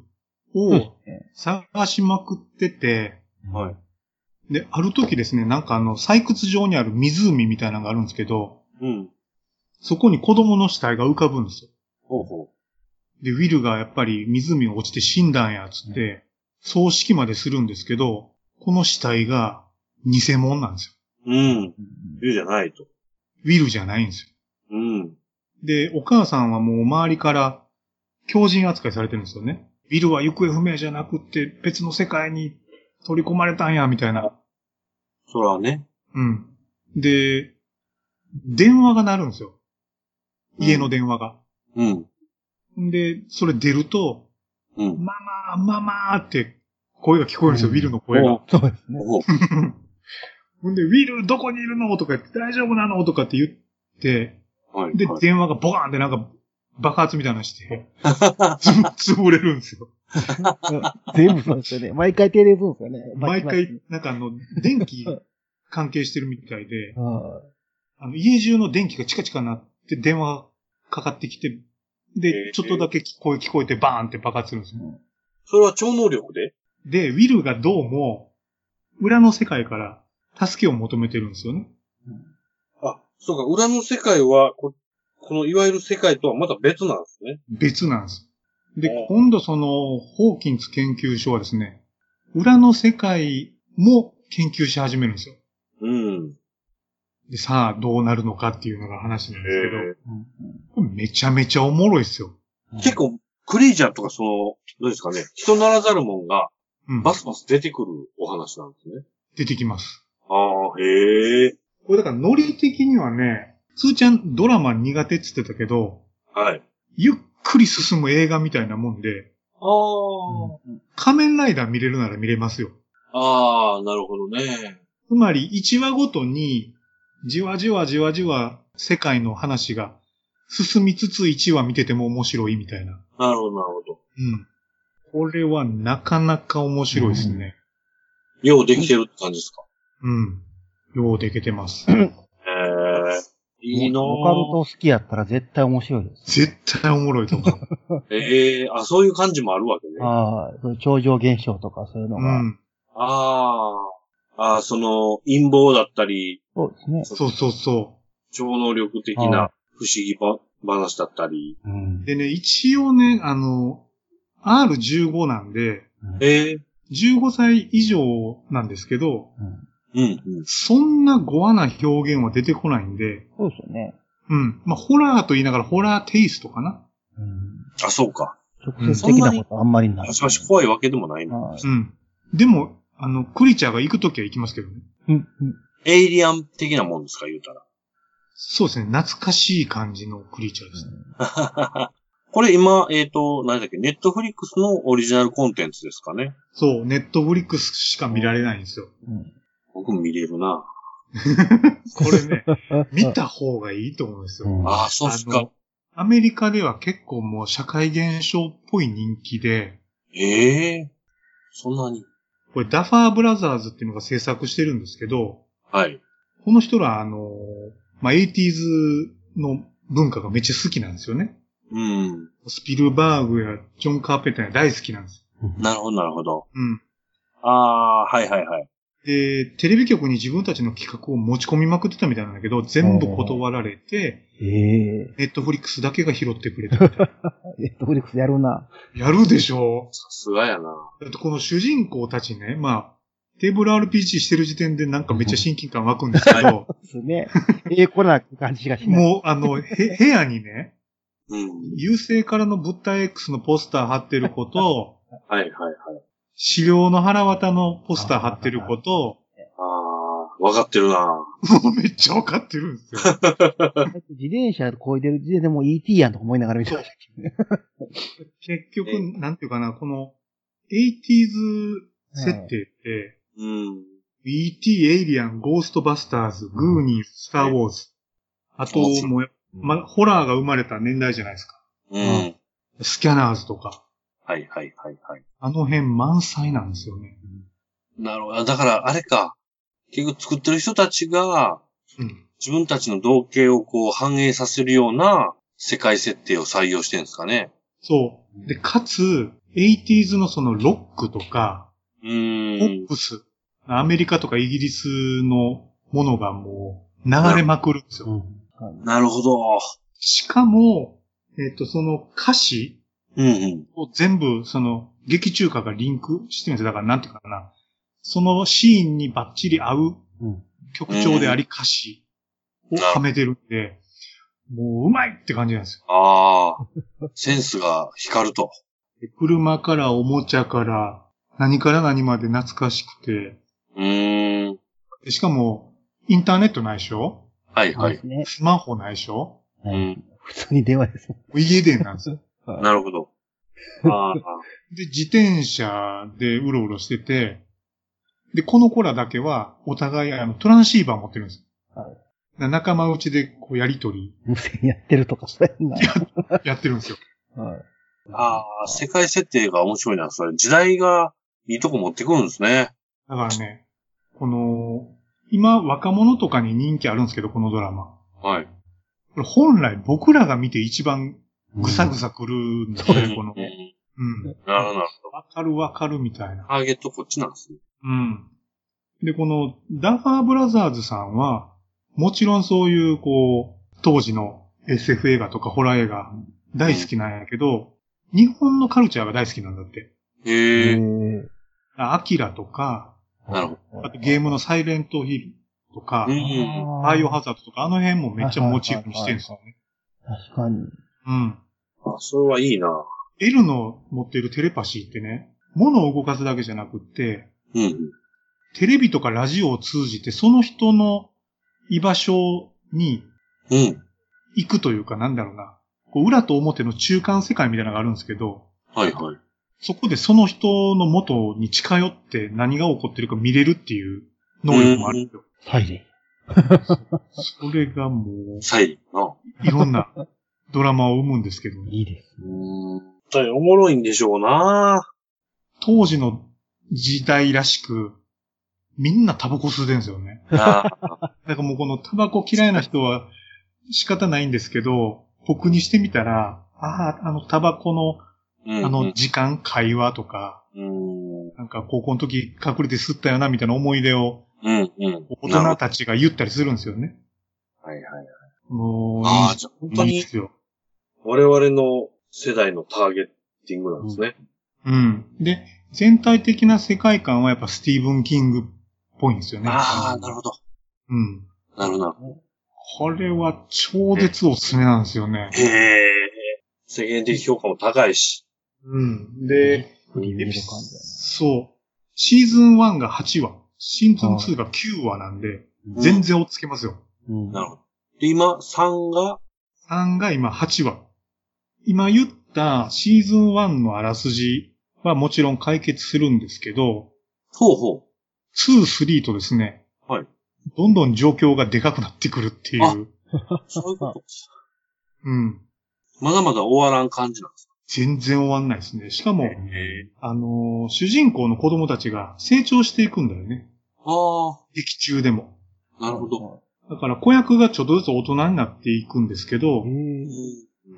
Speaker 4: そう
Speaker 3: を
Speaker 4: ですね
Speaker 3: 探しまくってて、
Speaker 2: はい。
Speaker 3: で、ある時ですね、なんかあの、採掘場にある湖みたいなのがあるんですけど、
Speaker 2: うん。
Speaker 3: そこに子供の死体が浮かぶんですよ。
Speaker 2: ほうほ
Speaker 3: で、ウィルがやっぱり湖に落ちて死んだんや、つって、葬式までするんですけど、この死体が偽物なんですよ。
Speaker 2: う。うん。
Speaker 4: うん
Speaker 2: 言うじゃないと。
Speaker 3: ウィルじゃないんです
Speaker 2: う
Speaker 3: よ。
Speaker 2: ん。
Speaker 3: で、お母さんはもう周りから狂人扱いされてるんですよね。ウィルは行方不明じゃなくって別の世界に取り込まれたんや、みたいな。
Speaker 2: そらね。
Speaker 3: うん。で、電話が鳴るんですよ。家の電話が。
Speaker 2: うん。
Speaker 3: で、それ出ると、
Speaker 2: うん。
Speaker 3: ママ、ママーって声が聞こえるんですよ、
Speaker 4: うん
Speaker 3: ウィルの声が。
Speaker 4: そうですね。
Speaker 2: ほう。
Speaker 3: ほんで、ウィルどこにいるのとか言って、大丈夫なのとかって言って、
Speaker 2: はい。
Speaker 3: で、
Speaker 2: はい
Speaker 3: 電話がボカーンってなんか爆発みたいなの して、つ潰れるんですよ。
Speaker 4: 全部そうですよね。毎回停電するんですよね。
Speaker 3: 毎
Speaker 4: バチ
Speaker 3: 回、なんかあの、電 気関係してるみたいで、
Speaker 4: バチ
Speaker 3: あの、家中の電気がチカチカなって電話かかってきて、
Speaker 2: え
Speaker 3: で、
Speaker 2: ー
Speaker 3: ちょっとだけ聞こえ聞こえてバーンって爆発するんですよ。
Speaker 2: それは超能力で
Speaker 3: で、ウィルがどうも、裏の世界から助けを求めてるんですよね。
Speaker 2: あ、そうか、裏の世界はこ、このいわゆる世界とはまた別なんですね。
Speaker 3: 別なんです。で
Speaker 2: お、
Speaker 3: 今度その、ホーキンス研究所はですね、裏の世界も研究し始めるんですよ。
Speaker 2: うん。
Speaker 3: で、さあ、どうなるのかっていうのが話なんですけど、
Speaker 4: うんうん
Speaker 3: これめちゃめちゃおもろいですよ。
Speaker 4: うん
Speaker 2: 結構、クリーチャーとかその、どうですかね、人ならざるもんが
Speaker 3: うん。
Speaker 2: バスバス出てくるお話なんですね。
Speaker 3: 出てきます。
Speaker 2: ああ、へえ。
Speaker 3: これだからノリ的にはね、つーちゃんドラマ苦手って言ってたけど、
Speaker 2: はい。
Speaker 3: ゆっくり進む映画みたいなもんで、
Speaker 2: ああ、
Speaker 3: 仮面ライダー見れるなら見れますよ。
Speaker 2: ああ、なるほどね。
Speaker 3: つまり1話ごとに、じわじわじわじわ世界の話が進みつつ1話見てても面白いみたいな。
Speaker 2: なるほど、なるほど。
Speaker 3: うん。これはなかなか面白いですね。
Speaker 2: ようできてるって感じですか。
Speaker 3: うん。ようできてます。
Speaker 2: へえ。いいな
Speaker 4: オカルト好きやったら絶対面白いで す。
Speaker 3: 絶対おもろいと思う。
Speaker 2: ええあ、そういう感じもあるわけね。あ
Speaker 4: ああ、そういう超常現象とかそういうの
Speaker 3: う
Speaker 4: が。
Speaker 3: ん。
Speaker 2: あー。ああ、その、陰謀だったり、
Speaker 4: そうですね。
Speaker 3: そうそうそ
Speaker 2: 超能力的
Speaker 4: は
Speaker 2: な不思議ば話だったり。
Speaker 4: うん
Speaker 3: う。でね、一応ね、あの、R15 なんで、
Speaker 2: ええ
Speaker 3: 15歳以上なんですけど、
Speaker 4: うん
Speaker 2: うん、うん。
Speaker 3: そんなゴアな表現は出てこないんで、
Speaker 4: そうですよね。
Speaker 3: うん。まあ、ホラーと言いながらホラーテイストかな。
Speaker 4: うん。
Speaker 2: あ、そうか。
Speaker 4: 直接的なことあんまりない。
Speaker 2: しかし怖いわけでもないな。
Speaker 4: はい
Speaker 3: うん。でも、あの、クリーチャーが行くときは行きますけどね。
Speaker 4: うんうん
Speaker 2: エイリアン的なもんですか、言うた
Speaker 3: そうですね。懐かしい感じのクリーチャーですね。
Speaker 2: ら。これ今、えっ、と、何だっけ、ネットフリックスのオリジナルコンテンツですかね。
Speaker 3: そう、ネットフリックスしか見られないんですよ。
Speaker 4: うん
Speaker 2: 僕も見れるな。
Speaker 3: これね、見た方がいいと思うんですよ。
Speaker 4: うん
Speaker 2: ああ、そうっす
Speaker 3: あ
Speaker 2: か
Speaker 3: の。アメリカでは結構もう社会現象っぽい人気で、
Speaker 2: ええそんなに。
Speaker 3: これダファーブラザーズっていうのが制作してるんですけど、
Speaker 2: はい。
Speaker 3: この人らあの、まあ、80s の文化がめっちゃ好きなんですよね。
Speaker 2: うん。
Speaker 3: スピルバーグやジョン・カーペンターが大好きなんです。
Speaker 2: なるほど、なるほど。
Speaker 3: うん。
Speaker 2: ああー、はいはいはい。
Speaker 3: で、テレビ局に自分たちの企画を持ち込みまくってたみたいなんだけど、全部断られて、
Speaker 4: ええ。
Speaker 3: ネットフリックスだけが拾ってくれたみたいな。
Speaker 4: ネットフリックスやるな。
Speaker 3: やるでしょ
Speaker 2: さすがやな。
Speaker 3: だってこの主人公たちね、まあ、テーブル RPG してる時点でなんかめっちゃ親近感湧くんですけど、
Speaker 4: ですね。ええ子な感じがしない。
Speaker 3: もうあの、へ、部屋にね、
Speaker 2: うん。
Speaker 3: 優勢からの物体 X のポスター貼ってる子と、
Speaker 2: はいはいはい。
Speaker 3: 資料の腹渡のポスター貼ってる子と、
Speaker 2: ああ、わかってるな。
Speaker 3: もう めっちゃわかってるんですよ。
Speaker 4: 自転車こいでる時点でもう ET やんとか思いながら見てましたけどね。
Speaker 3: 結局
Speaker 2: え、
Speaker 3: なんていうかな、この 80s 設定って、
Speaker 2: うん。
Speaker 3: E.T. エイリアン、ゴーストバスターズ、グーニーズ、スターウォーズ。あと、もう、ま、ホラーが生まれた年代じゃないですか。
Speaker 2: うん。
Speaker 3: スキャナーズとか。
Speaker 2: はいはいはいはい。
Speaker 3: あの辺満載なんですよね。
Speaker 2: なるほど。だから、あれか。結局作ってる人たちが、
Speaker 3: うん。
Speaker 2: 自分たちの同型をこう反映させるような世界設定を採用してるんですかね。
Speaker 3: そう。で、かつ、80s のそのロックとか、
Speaker 2: う
Speaker 3: ポ
Speaker 2: ーん
Speaker 3: ッ。プス、アメリカとかイギリスのものがもう流れまくるんですよ。
Speaker 2: なるほど。
Speaker 3: しかも、えっ、と、その歌詞
Speaker 2: うんうん。
Speaker 3: を全部、その、劇中歌がリンクしてるんですよ。だから、なんていうかな。そのシーンにバッチリ合う
Speaker 4: うん
Speaker 3: 曲調であり歌詞をはめてるんで、もううまいって感じなんですよ
Speaker 2: ああ。センスが光ると。
Speaker 3: で車からおもちゃから何から何まで懐かしくて
Speaker 2: うーん。
Speaker 3: で、しかもインターネットないでしょ
Speaker 2: はい
Speaker 4: そう
Speaker 2: は
Speaker 4: で
Speaker 2: い。
Speaker 4: すね。
Speaker 3: スマホないでしょ
Speaker 2: う
Speaker 4: はい
Speaker 2: ん。
Speaker 4: 普通に電話ですもん。
Speaker 3: もう家電なんですよ。
Speaker 2: なるほど。ああ。
Speaker 3: で、自転車でうろうろしてて、で、この子らだけはお互いあのトランシーバー持ってるんですよ。
Speaker 4: はい
Speaker 3: な仲間内でこうやりとり
Speaker 4: 無線やってるとか、そうやんな。
Speaker 3: やってるんですよ。
Speaker 4: はい
Speaker 2: ああ、世界設定が面白いな。それ、時代がいいとこ持ってくるんですね。
Speaker 3: だからね、この、今若者とかに人気あるんですけど、このドラマ。
Speaker 2: はい。
Speaker 3: これ本来僕らが見て一番ぐさぐさくるんです
Speaker 2: う
Speaker 3: よ
Speaker 2: ん
Speaker 3: ね、この。うん。
Speaker 2: なるほどなるほど。
Speaker 3: わかるわかるみたいな。
Speaker 2: ターゲットこっちなんですね。
Speaker 3: うん。で、この、ダファーブラザーズさんは、もちろんそういう、こう、当時の SF 映画とかホラー映画、大好きなんやけど、日本のカルチャーが大好きなんだって。
Speaker 2: へえ。
Speaker 4: え
Speaker 3: アキラとか、
Speaker 2: なるほ
Speaker 4: ほ
Speaker 3: あとゲームのサイレントヒルとか
Speaker 2: う、ん。
Speaker 4: あ
Speaker 3: バイオ
Speaker 4: ー
Speaker 3: ハザードとか、あの辺もめっちゃモチーフにしてるんですよね。
Speaker 4: 確かに。
Speaker 3: うん。
Speaker 2: あ、それはいいな。
Speaker 3: L の持ってるテレパシーってね、物を動かすだけじゃなくって、
Speaker 2: うんうん。
Speaker 3: テレビとかラジオを通じて、その人の居場所に
Speaker 2: うん。
Speaker 3: 行くというか、なんだろうな。こう裏と表の中間世界みたいなのがあるんですけど、
Speaker 2: はいはい。
Speaker 3: そこでその人の元に近寄って何が起こってるか見れるっていう能力もあるんですよ。
Speaker 4: サイレン。
Speaker 3: それがも
Speaker 2: サイレンな。
Speaker 3: う、いろんなドラマを生むんですけど、
Speaker 4: いいです。
Speaker 2: うん。だおもろいんでしょうな。
Speaker 3: 当時の時代らしく、みんなタバコ吸うてんですよね。
Speaker 2: あ
Speaker 3: だからもうこのタバコ嫌いな人は仕方ないんですけど、僕にしてみたら、ああ、あのタバコの
Speaker 2: うん
Speaker 3: あの、時間、会話とか、
Speaker 2: うん。
Speaker 3: なんか高校の時隠れて吸ったよなみたいな思い出を
Speaker 2: うんうん。
Speaker 3: 大
Speaker 2: なるほ
Speaker 3: 人たちが言ったりするんですよね。
Speaker 2: どはいはい。
Speaker 3: もう、
Speaker 2: ああ、じゃあ本当
Speaker 3: いい
Speaker 2: に
Speaker 3: ですよ。
Speaker 2: 我々の世代のターゲッティングなんですね。
Speaker 3: うん。で、全体的な世界観はやっぱスティーブン・キングっぽいんですよね。
Speaker 2: ああ、なるほど。
Speaker 3: うん。
Speaker 2: なるほどなるほ
Speaker 3: これは超絶おすすめなんですよね。
Speaker 2: ど。へえ。世間的評価も高いし。
Speaker 3: うん。で、
Speaker 4: 振り見る感じだ
Speaker 3: そう。シーズン1が8話、シーズン2が9話なんで、
Speaker 4: な。
Speaker 3: 全然追っつけますよ。
Speaker 4: うん。
Speaker 2: なるほど。で、今、3が、
Speaker 3: 3が今8話。今言ったシーズン1のあらすじはもちろん解決するんですけど、
Speaker 2: ほうほ
Speaker 3: 2、3とですね、
Speaker 2: はい
Speaker 3: どんどん状況がでかくなってくるってい
Speaker 2: あ
Speaker 3: う、
Speaker 2: う。そういうこと。
Speaker 3: うん。
Speaker 2: まだまだ終わらん感じなんです
Speaker 3: 全然終わんないですね。しかも、
Speaker 2: かね。
Speaker 3: あのー主人公の子供たちが成長していくんだよね。
Speaker 2: あ
Speaker 3: 劇中でも。
Speaker 2: あ、なるほど。
Speaker 3: だから子役がちょっとずつ大人になっていくんですけど、
Speaker 2: う
Speaker 4: ええ。
Speaker 2: ん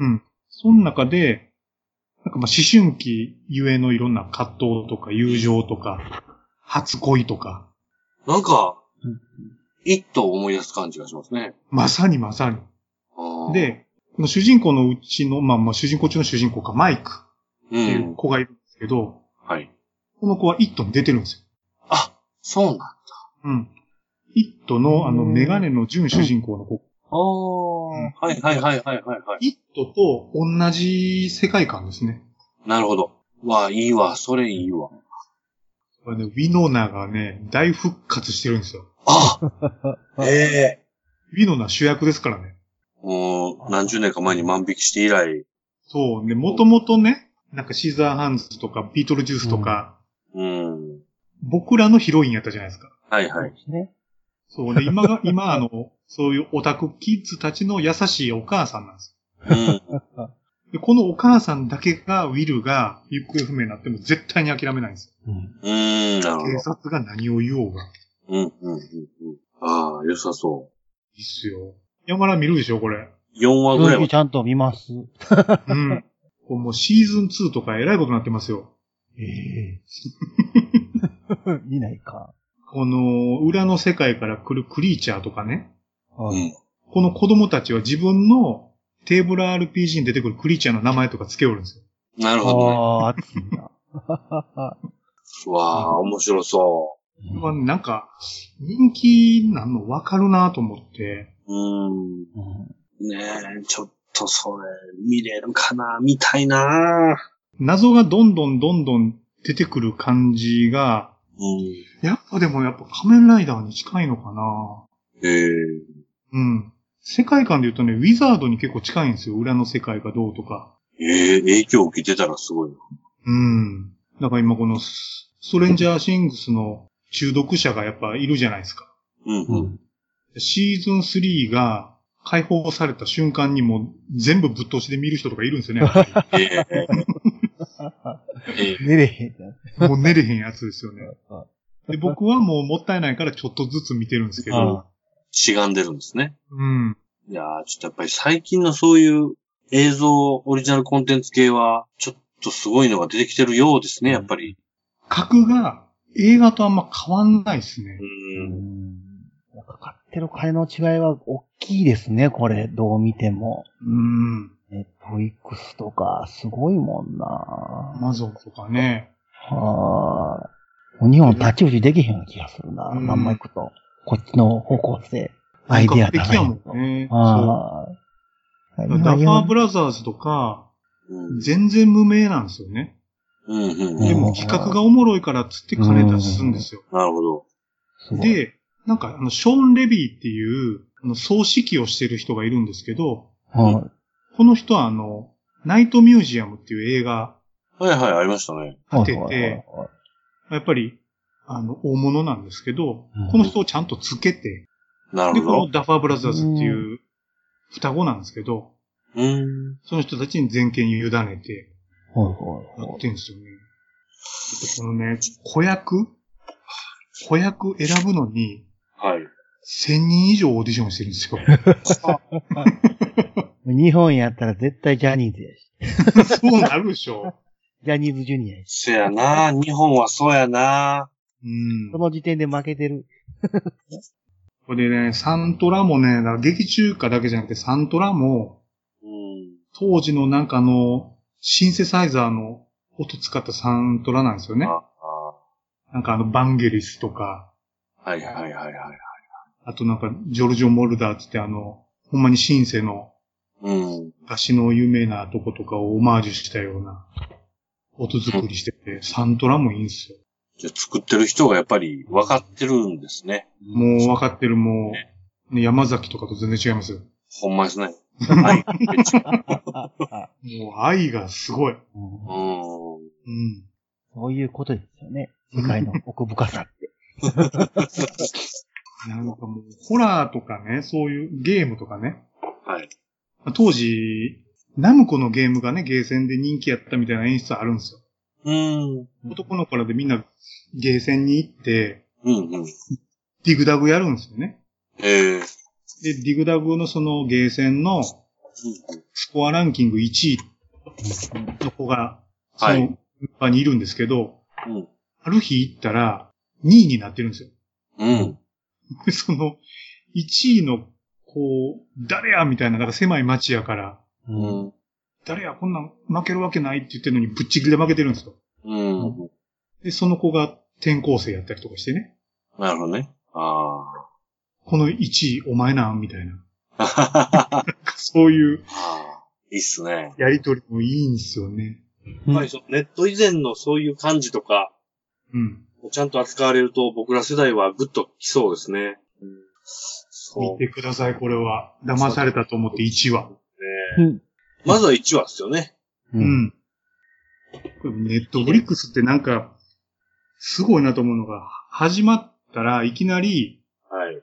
Speaker 3: うん。その中で、なんかまあ思春期ゆえのいろんな葛藤とか友情とか、初恋とか、
Speaker 2: なんか
Speaker 4: うん、
Speaker 2: 一頭思い出す感じがしますね。
Speaker 3: まさにまさに。
Speaker 2: あー、
Speaker 3: で、この主人公のうちの、まあまあ主人公中の主人公か、マイク
Speaker 2: う。
Speaker 3: っていうん子がいるんですけど、
Speaker 2: はい。
Speaker 3: この子はイットに出てるんです
Speaker 2: あ、そうなんだ。
Speaker 3: よ。うん。イットのあの
Speaker 4: うん
Speaker 3: メガネの準主人公の子、
Speaker 2: ああ、はいはいはいはいはいはい。
Speaker 3: イットと同じ世界観ですね。
Speaker 2: なるほど。わあ、いいわ。それいいわ。
Speaker 3: これねウィノナがね、大復活してるんですよ。
Speaker 2: あ ええ。
Speaker 3: ウィノナ主役ですからね。
Speaker 2: もう、何十年か前に万引きして以来。
Speaker 3: そうね、もともとね、なんかシーザーハンズとかビートルジュースとか、
Speaker 2: うん。
Speaker 3: 僕らのヒロインやったじゃないですか。
Speaker 2: はいはい。
Speaker 4: ね。
Speaker 3: そうね、今 が、今あの、そういうオタクキッズたちの優しいお母さんなんです
Speaker 2: うん。
Speaker 3: よ。で、このお母さんだけが、ウィルが行方不明になっても絶対に諦めないんです
Speaker 4: うん。
Speaker 2: うん、なる
Speaker 3: よ。
Speaker 2: ほ
Speaker 3: 警
Speaker 2: ど。
Speaker 3: 察が何を言おうが。い
Speaker 2: うん、うん、うん。うんああ、良さそ
Speaker 3: いっすよ。山田見るでしょ、こ れ。
Speaker 2: う。4話ぐらい
Speaker 4: 続
Speaker 2: は
Speaker 4: きちゃんと見ます。
Speaker 3: うん。これもうシーズン2とか偉いことになってますよ。
Speaker 4: ええ。見ないか。
Speaker 3: この、裏の世界から来るクリーチャーとかね。
Speaker 4: は
Speaker 2: う
Speaker 4: い
Speaker 2: ん。
Speaker 3: この子供たちは自分のテーブル RPG に出てくるクリーチャーの名前とか付けおるんですよ。
Speaker 2: なるほどね。
Speaker 4: ああ、熱いな。
Speaker 2: うわあ、面白そ
Speaker 3: これはなんか、人気なんのわかるなと思って、
Speaker 2: う。うん。
Speaker 4: うん
Speaker 2: ねえ、ちょっとそれ、見れるかな見たいな
Speaker 3: 謎がどんどんどんどん出てくる感じが、
Speaker 2: うん。
Speaker 3: やっぱでもやっぱ仮面ライダーに近いのかな
Speaker 2: ええ
Speaker 3: うん。世界観で言うとね、ウィザードに結構近いんですよ。裏の世界がどうとか。
Speaker 2: ええ影響を受けてたらすごいな。
Speaker 3: うん。だから今このス、ストレンジャーシングスの中毒者がやっぱいるじゃないですか。
Speaker 2: うん、
Speaker 4: う
Speaker 2: うん。
Speaker 4: ん。
Speaker 3: シーズン3が解放された瞬間にもう全部ぶっ通しで見る人とかいるんですよね。やっ ぱ
Speaker 2: ええええ
Speaker 4: 寝れへんってな
Speaker 3: りもう寝れへんやつですよね。
Speaker 4: あ
Speaker 3: で、僕はもうもったいないからちょっとずつ見てるんですけど。
Speaker 4: あ
Speaker 2: しがんでるんですね。
Speaker 3: うん。
Speaker 2: いやー、ちょっとやっぱり最近のそういう映像オリジナルコンテンツ系は、ちょっとすごいのが出てきてるようですね、やっぱり。
Speaker 3: 格が映画とあんま変わんないですね
Speaker 2: う。。
Speaker 4: うんんかかってる金の違いは大きいですね、これ。どう見ても。
Speaker 3: うん。
Speaker 4: ネットイックスとか、すごいもんな。
Speaker 3: マゾンとかね。
Speaker 4: はーい。日本立ち打ちできへんような気がするな。
Speaker 3: うん
Speaker 4: まんま行くと。こっちの方向性。アイデア
Speaker 3: 本格
Speaker 4: が
Speaker 3: 的
Speaker 4: ない
Speaker 3: やもん
Speaker 4: と。
Speaker 3: ね。そ
Speaker 4: はー
Speaker 3: う。
Speaker 4: い。
Speaker 3: ダファーブ
Speaker 4: ラ
Speaker 3: ラザーズとか、
Speaker 2: うん。
Speaker 3: 全然無名なんですよね。
Speaker 2: うん、うん。
Speaker 3: でも企画がおもろいからっつって金出すんですよ。
Speaker 2: なるほど。
Speaker 4: で、
Speaker 3: で、なんか、あの、ショーン・レビーっていう、あの、総指揮をしてる人がいるんですけど、
Speaker 4: はい
Speaker 3: この人は、あの、ナイト・ミュージアムっていう映画、
Speaker 2: はいはい、ありましたね。
Speaker 4: はい
Speaker 3: 立て
Speaker 4: はい
Speaker 3: て、
Speaker 4: はいはい
Speaker 3: やっぱり、あの、大物なんですけど
Speaker 4: うん、
Speaker 3: この人をちゃんとつけて、
Speaker 2: な
Speaker 3: で、
Speaker 2: る
Speaker 3: この
Speaker 2: ほど。
Speaker 3: ダファー・ブラザーズっていう双子なんですけど、
Speaker 2: うん。
Speaker 3: その人たちに全権委ねて
Speaker 4: はい
Speaker 3: や
Speaker 4: は
Speaker 3: っ
Speaker 4: い
Speaker 3: てるんですよね。このね、子役子役選ぶのに、
Speaker 2: はい。
Speaker 3: 1000人以上オーディションしてるんです よ。
Speaker 4: 日本やったら絶対ジャニーズやし。
Speaker 3: そうなるでしょ。
Speaker 4: ジャニーズジュニアやし。
Speaker 2: せやな日本はそうやな
Speaker 3: うん
Speaker 4: そ。の時点で負けてる。
Speaker 3: これね、サントラもね、だから劇中歌だけじゃなくてサントラも、
Speaker 2: うん。
Speaker 3: 当時のなんかあの、シンセサイザーの音使ったサントラなんですよね。
Speaker 2: ああ
Speaker 3: なんかあの、バンゲリスとか、
Speaker 2: ははいはいはいはい。
Speaker 3: あとなんか、ジョルジョ・モルダーってってあの、ほんまにシンセの
Speaker 2: うん。
Speaker 3: 昔の有名なとことかをオマージュしたような音作りしてて、サントラもいいんですよ。
Speaker 2: じゃあ作ってる人がやっぱり分かってるんですね。
Speaker 3: もう分かってるもう、ね山崎とかと全然違いますよ。
Speaker 2: ほんまですね。はい。
Speaker 3: もう愛がすごい。
Speaker 4: う
Speaker 2: う
Speaker 4: ん
Speaker 2: ん。
Speaker 3: うん。
Speaker 4: そういうことですよね。世界の奥深さって。
Speaker 3: なんかもう、ホラーとかね、そういうゲームとかね。
Speaker 2: はい。
Speaker 3: 当時、ナムコのゲームがね、ゲーセンで人気やったみたいな演出あるんですよ。
Speaker 2: うん。
Speaker 3: 男の子らでみんなゲーセンに行って、
Speaker 2: うんうん。
Speaker 3: ディグダグやるんですよね。
Speaker 2: ええ
Speaker 3: で、ディグダグのそのゲーセンのスコアランキング1位の子が、そ
Speaker 2: はい
Speaker 3: の場にいるんですけど、
Speaker 2: うん。
Speaker 3: ある日行ったら2位になってるんですよ。
Speaker 2: うん。
Speaker 3: でその、1位の子、誰やみたいな、なんか狭い町やから、
Speaker 2: う
Speaker 4: うん
Speaker 2: ん。
Speaker 3: 誰やこんなん負けるわけないって言ってるのにぶっちぎりで負けてるんですよ。
Speaker 2: うん。
Speaker 3: で、その子が転校生やったりとかしてね。
Speaker 2: なるほどね。あ
Speaker 3: この1位お前なんみたいな。
Speaker 2: あ。あ
Speaker 3: そういう
Speaker 2: あ。いいっすね。
Speaker 3: やりとりもいいんですよね。
Speaker 2: やっぱりそうネット以前のそういう感じとか、
Speaker 3: うん。
Speaker 2: ちゃんと扱われると僕ら世代はぐっと来そうですね。
Speaker 3: 見
Speaker 2: そう
Speaker 3: てください、これは。騙されたと思って1話。
Speaker 2: ね。
Speaker 4: うん
Speaker 2: まずは1話ですよね。
Speaker 4: う。
Speaker 3: うんん。これネットフリックスってなんか、すごいなと思うのが、始まったらいきなり、
Speaker 2: はい。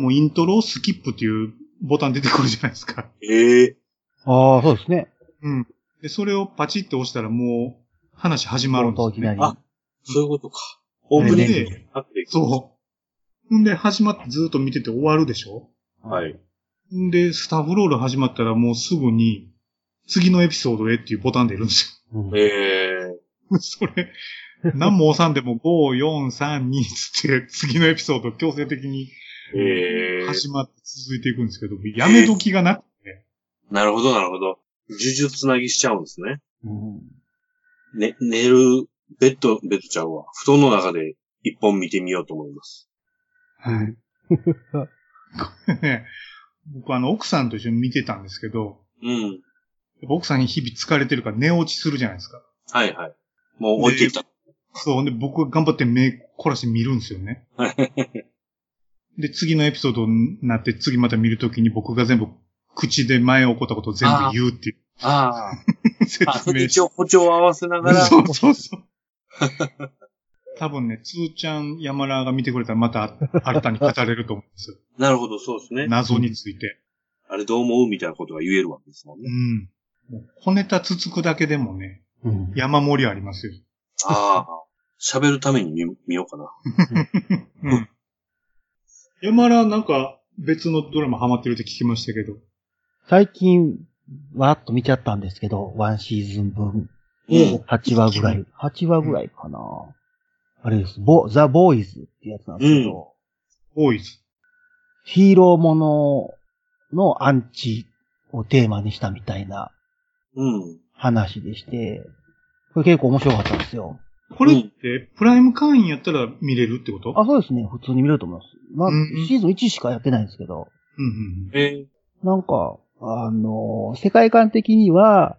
Speaker 3: もうイントロスキップっていうボタン出てくるじゃないですか。
Speaker 2: ええ
Speaker 4: ああ、そうですね。
Speaker 3: うん。で、それをパチッと押したらもう話始まるんですよ
Speaker 4: 冒頭いきなり
Speaker 3: ね。
Speaker 2: あそういうことか。オープニング
Speaker 3: で、
Speaker 2: あって。
Speaker 3: そう。んで、始まってずっと見てて終わるでしょ
Speaker 2: はい。
Speaker 3: んで、スタッフロール始まったらもうすぐに、次のエピソードへっていうボタン出るんです
Speaker 4: うん
Speaker 2: ええ
Speaker 3: よ。 それ、何も押さんでも5、4、3、2つって、次のエピソード強制的に
Speaker 2: ええ
Speaker 3: 始まって続いていくんですけど、やめ時がなくて、
Speaker 2: なるほど、なるほど。呪術つなぎしちゃうんですね。
Speaker 4: うん
Speaker 2: ね、寝る、ベッド、ベッドちゃうわ。布団の中で一本見てみようと思います。
Speaker 3: はい。これね、 僕あの、奥さんと一緒に見てたんですけど、
Speaker 2: うん。
Speaker 3: やっぱ奥さんに日々疲れてるから寝落ちするじゃないですか。
Speaker 2: はいはい。もう置いていった。
Speaker 3: そう、ほんで僕が頑張って目凝らして見るんですよね。で、次のエピソードになって、次また見るときに僕が全部、口で前起こったことを全部言うっていう
Speaker 2: あ
Speaker 3: 説
Speaker 2: あ。あ、それ
Speaker 3: 明
Speaker 2: 一応補聴を合わせながら。
Speaker 3: そうそうそう。 多分ね、つーちゃん、山らが見てくれたらまた新たに語れると思うん ですよ。
Speaker 2: なるほど、そうですね。
Speaker 3: 謎について。
Speaker 2: あれどう思うみたいなことが言えるわけですもん
Speaker 3: う
Speaker 2: ね。
Speaker 3: ん。もう小ネタつつくだけでもね、
Speaker 4: うん
Speaker 3: 山盛りありますよ。
Speaker 2: ああ。喋るために見見ようかな。
Speaker 3: うん。山らなんか別のドラマハマってるって聞きましたけど。
Speaker 4: 最近、わーっと見ちゃったんですけど、ワンシーズン分。
Speaker 2: うん。
Speaker 4: 8話ぐらい。8話ぐらいかな。あれです。ボ、ザ・ボーイズってやつなんですけど、
Speaker 3: 多いです。
Speaker 4: ヒーローもののアンチをテーマにしたみたいな
Speaker 2: うん。
Speaker 4: 話でして、これ結構面白かったんですよ。
Speaker 3: これって、プライム会員やったら見れるってこと
Speaker 4: あ、そうですね。普通に見れると思います。まあ、
Speaker 3: うんうん
Speaker 4: シーズン1しかやってないんですけど、
Speaker 3: うんうん
Speaker 2: ええ
Speaker 4: なんか、あの世界観的には、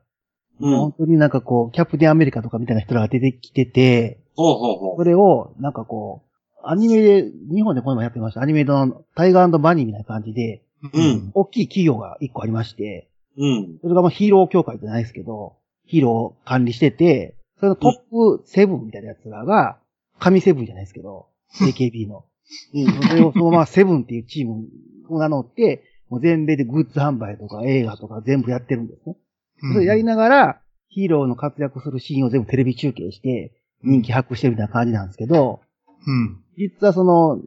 Speaker 2: うん。ほう
Speaker 4: 本当になんかこう、キャプテンアメリカとかみたいな人らが出てきてて、
Speaker 2: ほうほ
Speaker 4: それを、なんかこう、アニメで、日本でこの前やってました。アニメのタイガーバニーみたいな感じで、
Speaker 3: うん。
Speaker 2: うん
Speaker 4: 大きい企業が一個ありまして、
Speaker 2: う。うん。
Speaker 4: それがまあヒーロー協会じゃないですけど、ヒーローを管理してて、それのトップセブンみたいなやつらが、神セブンじゃないですけど、AKB の。
Speaker 2: うん。
Speaker 4: それをそのままセブンっていうチームを名乗って、もう全米でグッズ販売とか映画とか全部やってるんです
Speaker 3: う
Speaker 4: ね。
Speaker 3: ん
Speaker 4: それやりながら、ヒーローの活躍するシーンを全部テレビ中継して、人気博してるみたいな感じなんですけど、
Speaker 3: うん。
Speaker 4: 実はその、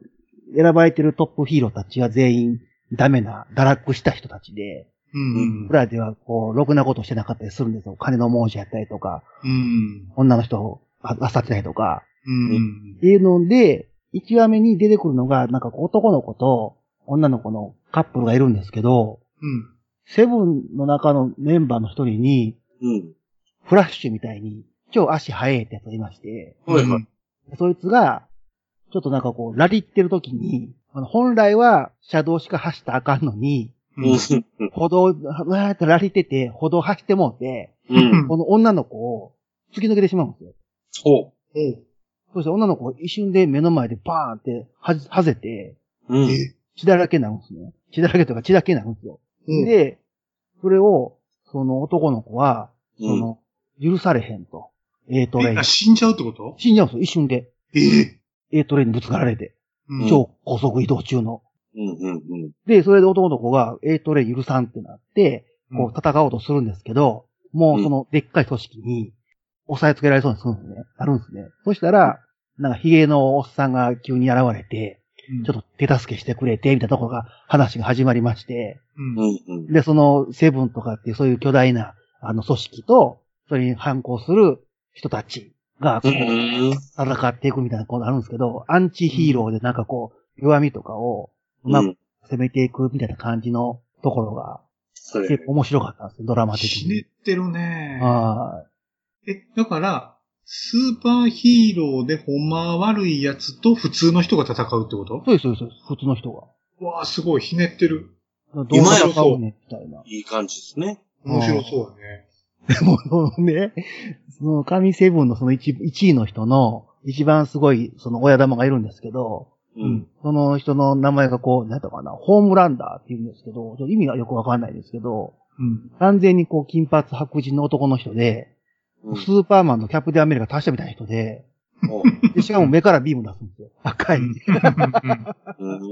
Speaker 4: 選ばれてるトップヒーローたちは全員ダメな、堕落した人たちで、
Speaker 3: うん。
Speaker 4: 裏ではこう、ろくなことしてなかったりするんですよ。金の亡者やったりとか、
Speaker 3: うん。
Speaker 4: 女の人をあ漁ってたりとか。
Speaker 3: うん
Speaker 4: っ。ていうので、1話目に出てくるのが、なんか男の子と女の子のカップルがいるんですけど、
Speaker 3: うん。
Speaker 4: セブンの中のメンバーの一人に、
Speaker 2: うん。
Speaker 4: フラッシュみたいに、超足早いってやつがいまして、
Speaker 2: はいはい。
Speaker 4: そいつが、ちょっとなんかこう、ラリってる時に、あの本来は車道しか走ったらあかんのに、
Speaker 3: うん
Speaker 4: 歩道、うわーってラリってて、歩道走ってもうて、
Speaker 2: うん。
Speaker 4: この女の子を突き抜けてしまうんですよ。
Speaker 2: そ
Speaker 4: そして女の子が一瞬で目の前でバーンってはじ、はぜて、
Speaker 2: う。うん。
Speaker 1: え
Speaker 4: 血だらけになるんですね。血だらけとか血だけになるんですよ。
Speaker 1: うん
Speaker 4: で、それを、その男の子は、そ
Speaker 2: うん。
Speaker 4: の、許されへんと。A トレイ
Speaker 3: え
Speaker 4: ン
Speaker 3: あ。死んじゃうってこと
Speaker 4: 死んじゃうんですよ、一瞬で。
Speaker 3: ええ
Speaker 4: A トレインにぶつかられて。
Speaker 3: うん
Speaker 4: 超高速移動中の。
Speaker 2: うん。うん。うん。
Speaker 4: で、それで男の子が A トレイン許さんってなって、こう戦おうとするんですけど、もうそのでっかい組織に押さえつけられそうにするんですね。なるんですね。そしたら、なんかヒゲのおっさんが急に現れて、
Speaker 3: うん
Speaker 4: ちょっと手助けしてくれて、みたいなところが話が始まりまして、
Speaker 3: うん
Speaker 2: うん。うん。
Speaker 4: で、そのセブンとかっていうそういう巨大なあの組織と、それに反抗する人たちがこう
Speaker 2: うん。
Speaker 4: 戦っていくみたいなことあるんですけど、アンチヒーローでなんかこう、弱みとかをうまく攻めていくみたいな感じのところが
Speaker 2: それ。
Speaker 4: 結構面白かったんですよ、ドラマ的
Speaker 3: ひ
Speaker 4: に。
Speaker 3: ねってるね。
Speaker 4: は
Speaker 3: え、だから、スーパーヒーローでほんま悪いやつと普通の人が戦うってこ
Speaker 4: い。
Speaker 3: と
Speaker 4: そうです、そうですそうです。普通の人が。
Speaker 3: わあ、すごい、ひねってる。
Speaker 4: どう
Speaker 2: 今
Speaker 4: 戦
Speaker 2: や
Speaker 3: そう
Speaker 4: うねんみた いな。
Speaker 2: いい感じですね。
Speaker 3: 面白そうだね。
Speaker 4: でも、そのね、その神セブンのその 1, 位の人の一番すごいその親玉がいるんですけど、
Speaker 2: うん。
Speaker 4: その人の名前がこう、なんだかな、ホームランダーって言うんですけど、ちょっと意味がよくわかんないですけど、
Speaker 3: うん。
Speaker 4: 完全にこう金髪白人の男の人で、
Speaker 2: うん
Speaker 4: スーパーマンのキャプテンアメリカ足したみたいな人で、でしかも目からビーム出すんですよ。赤い。
Speaker 3: うん
Speaker 4: も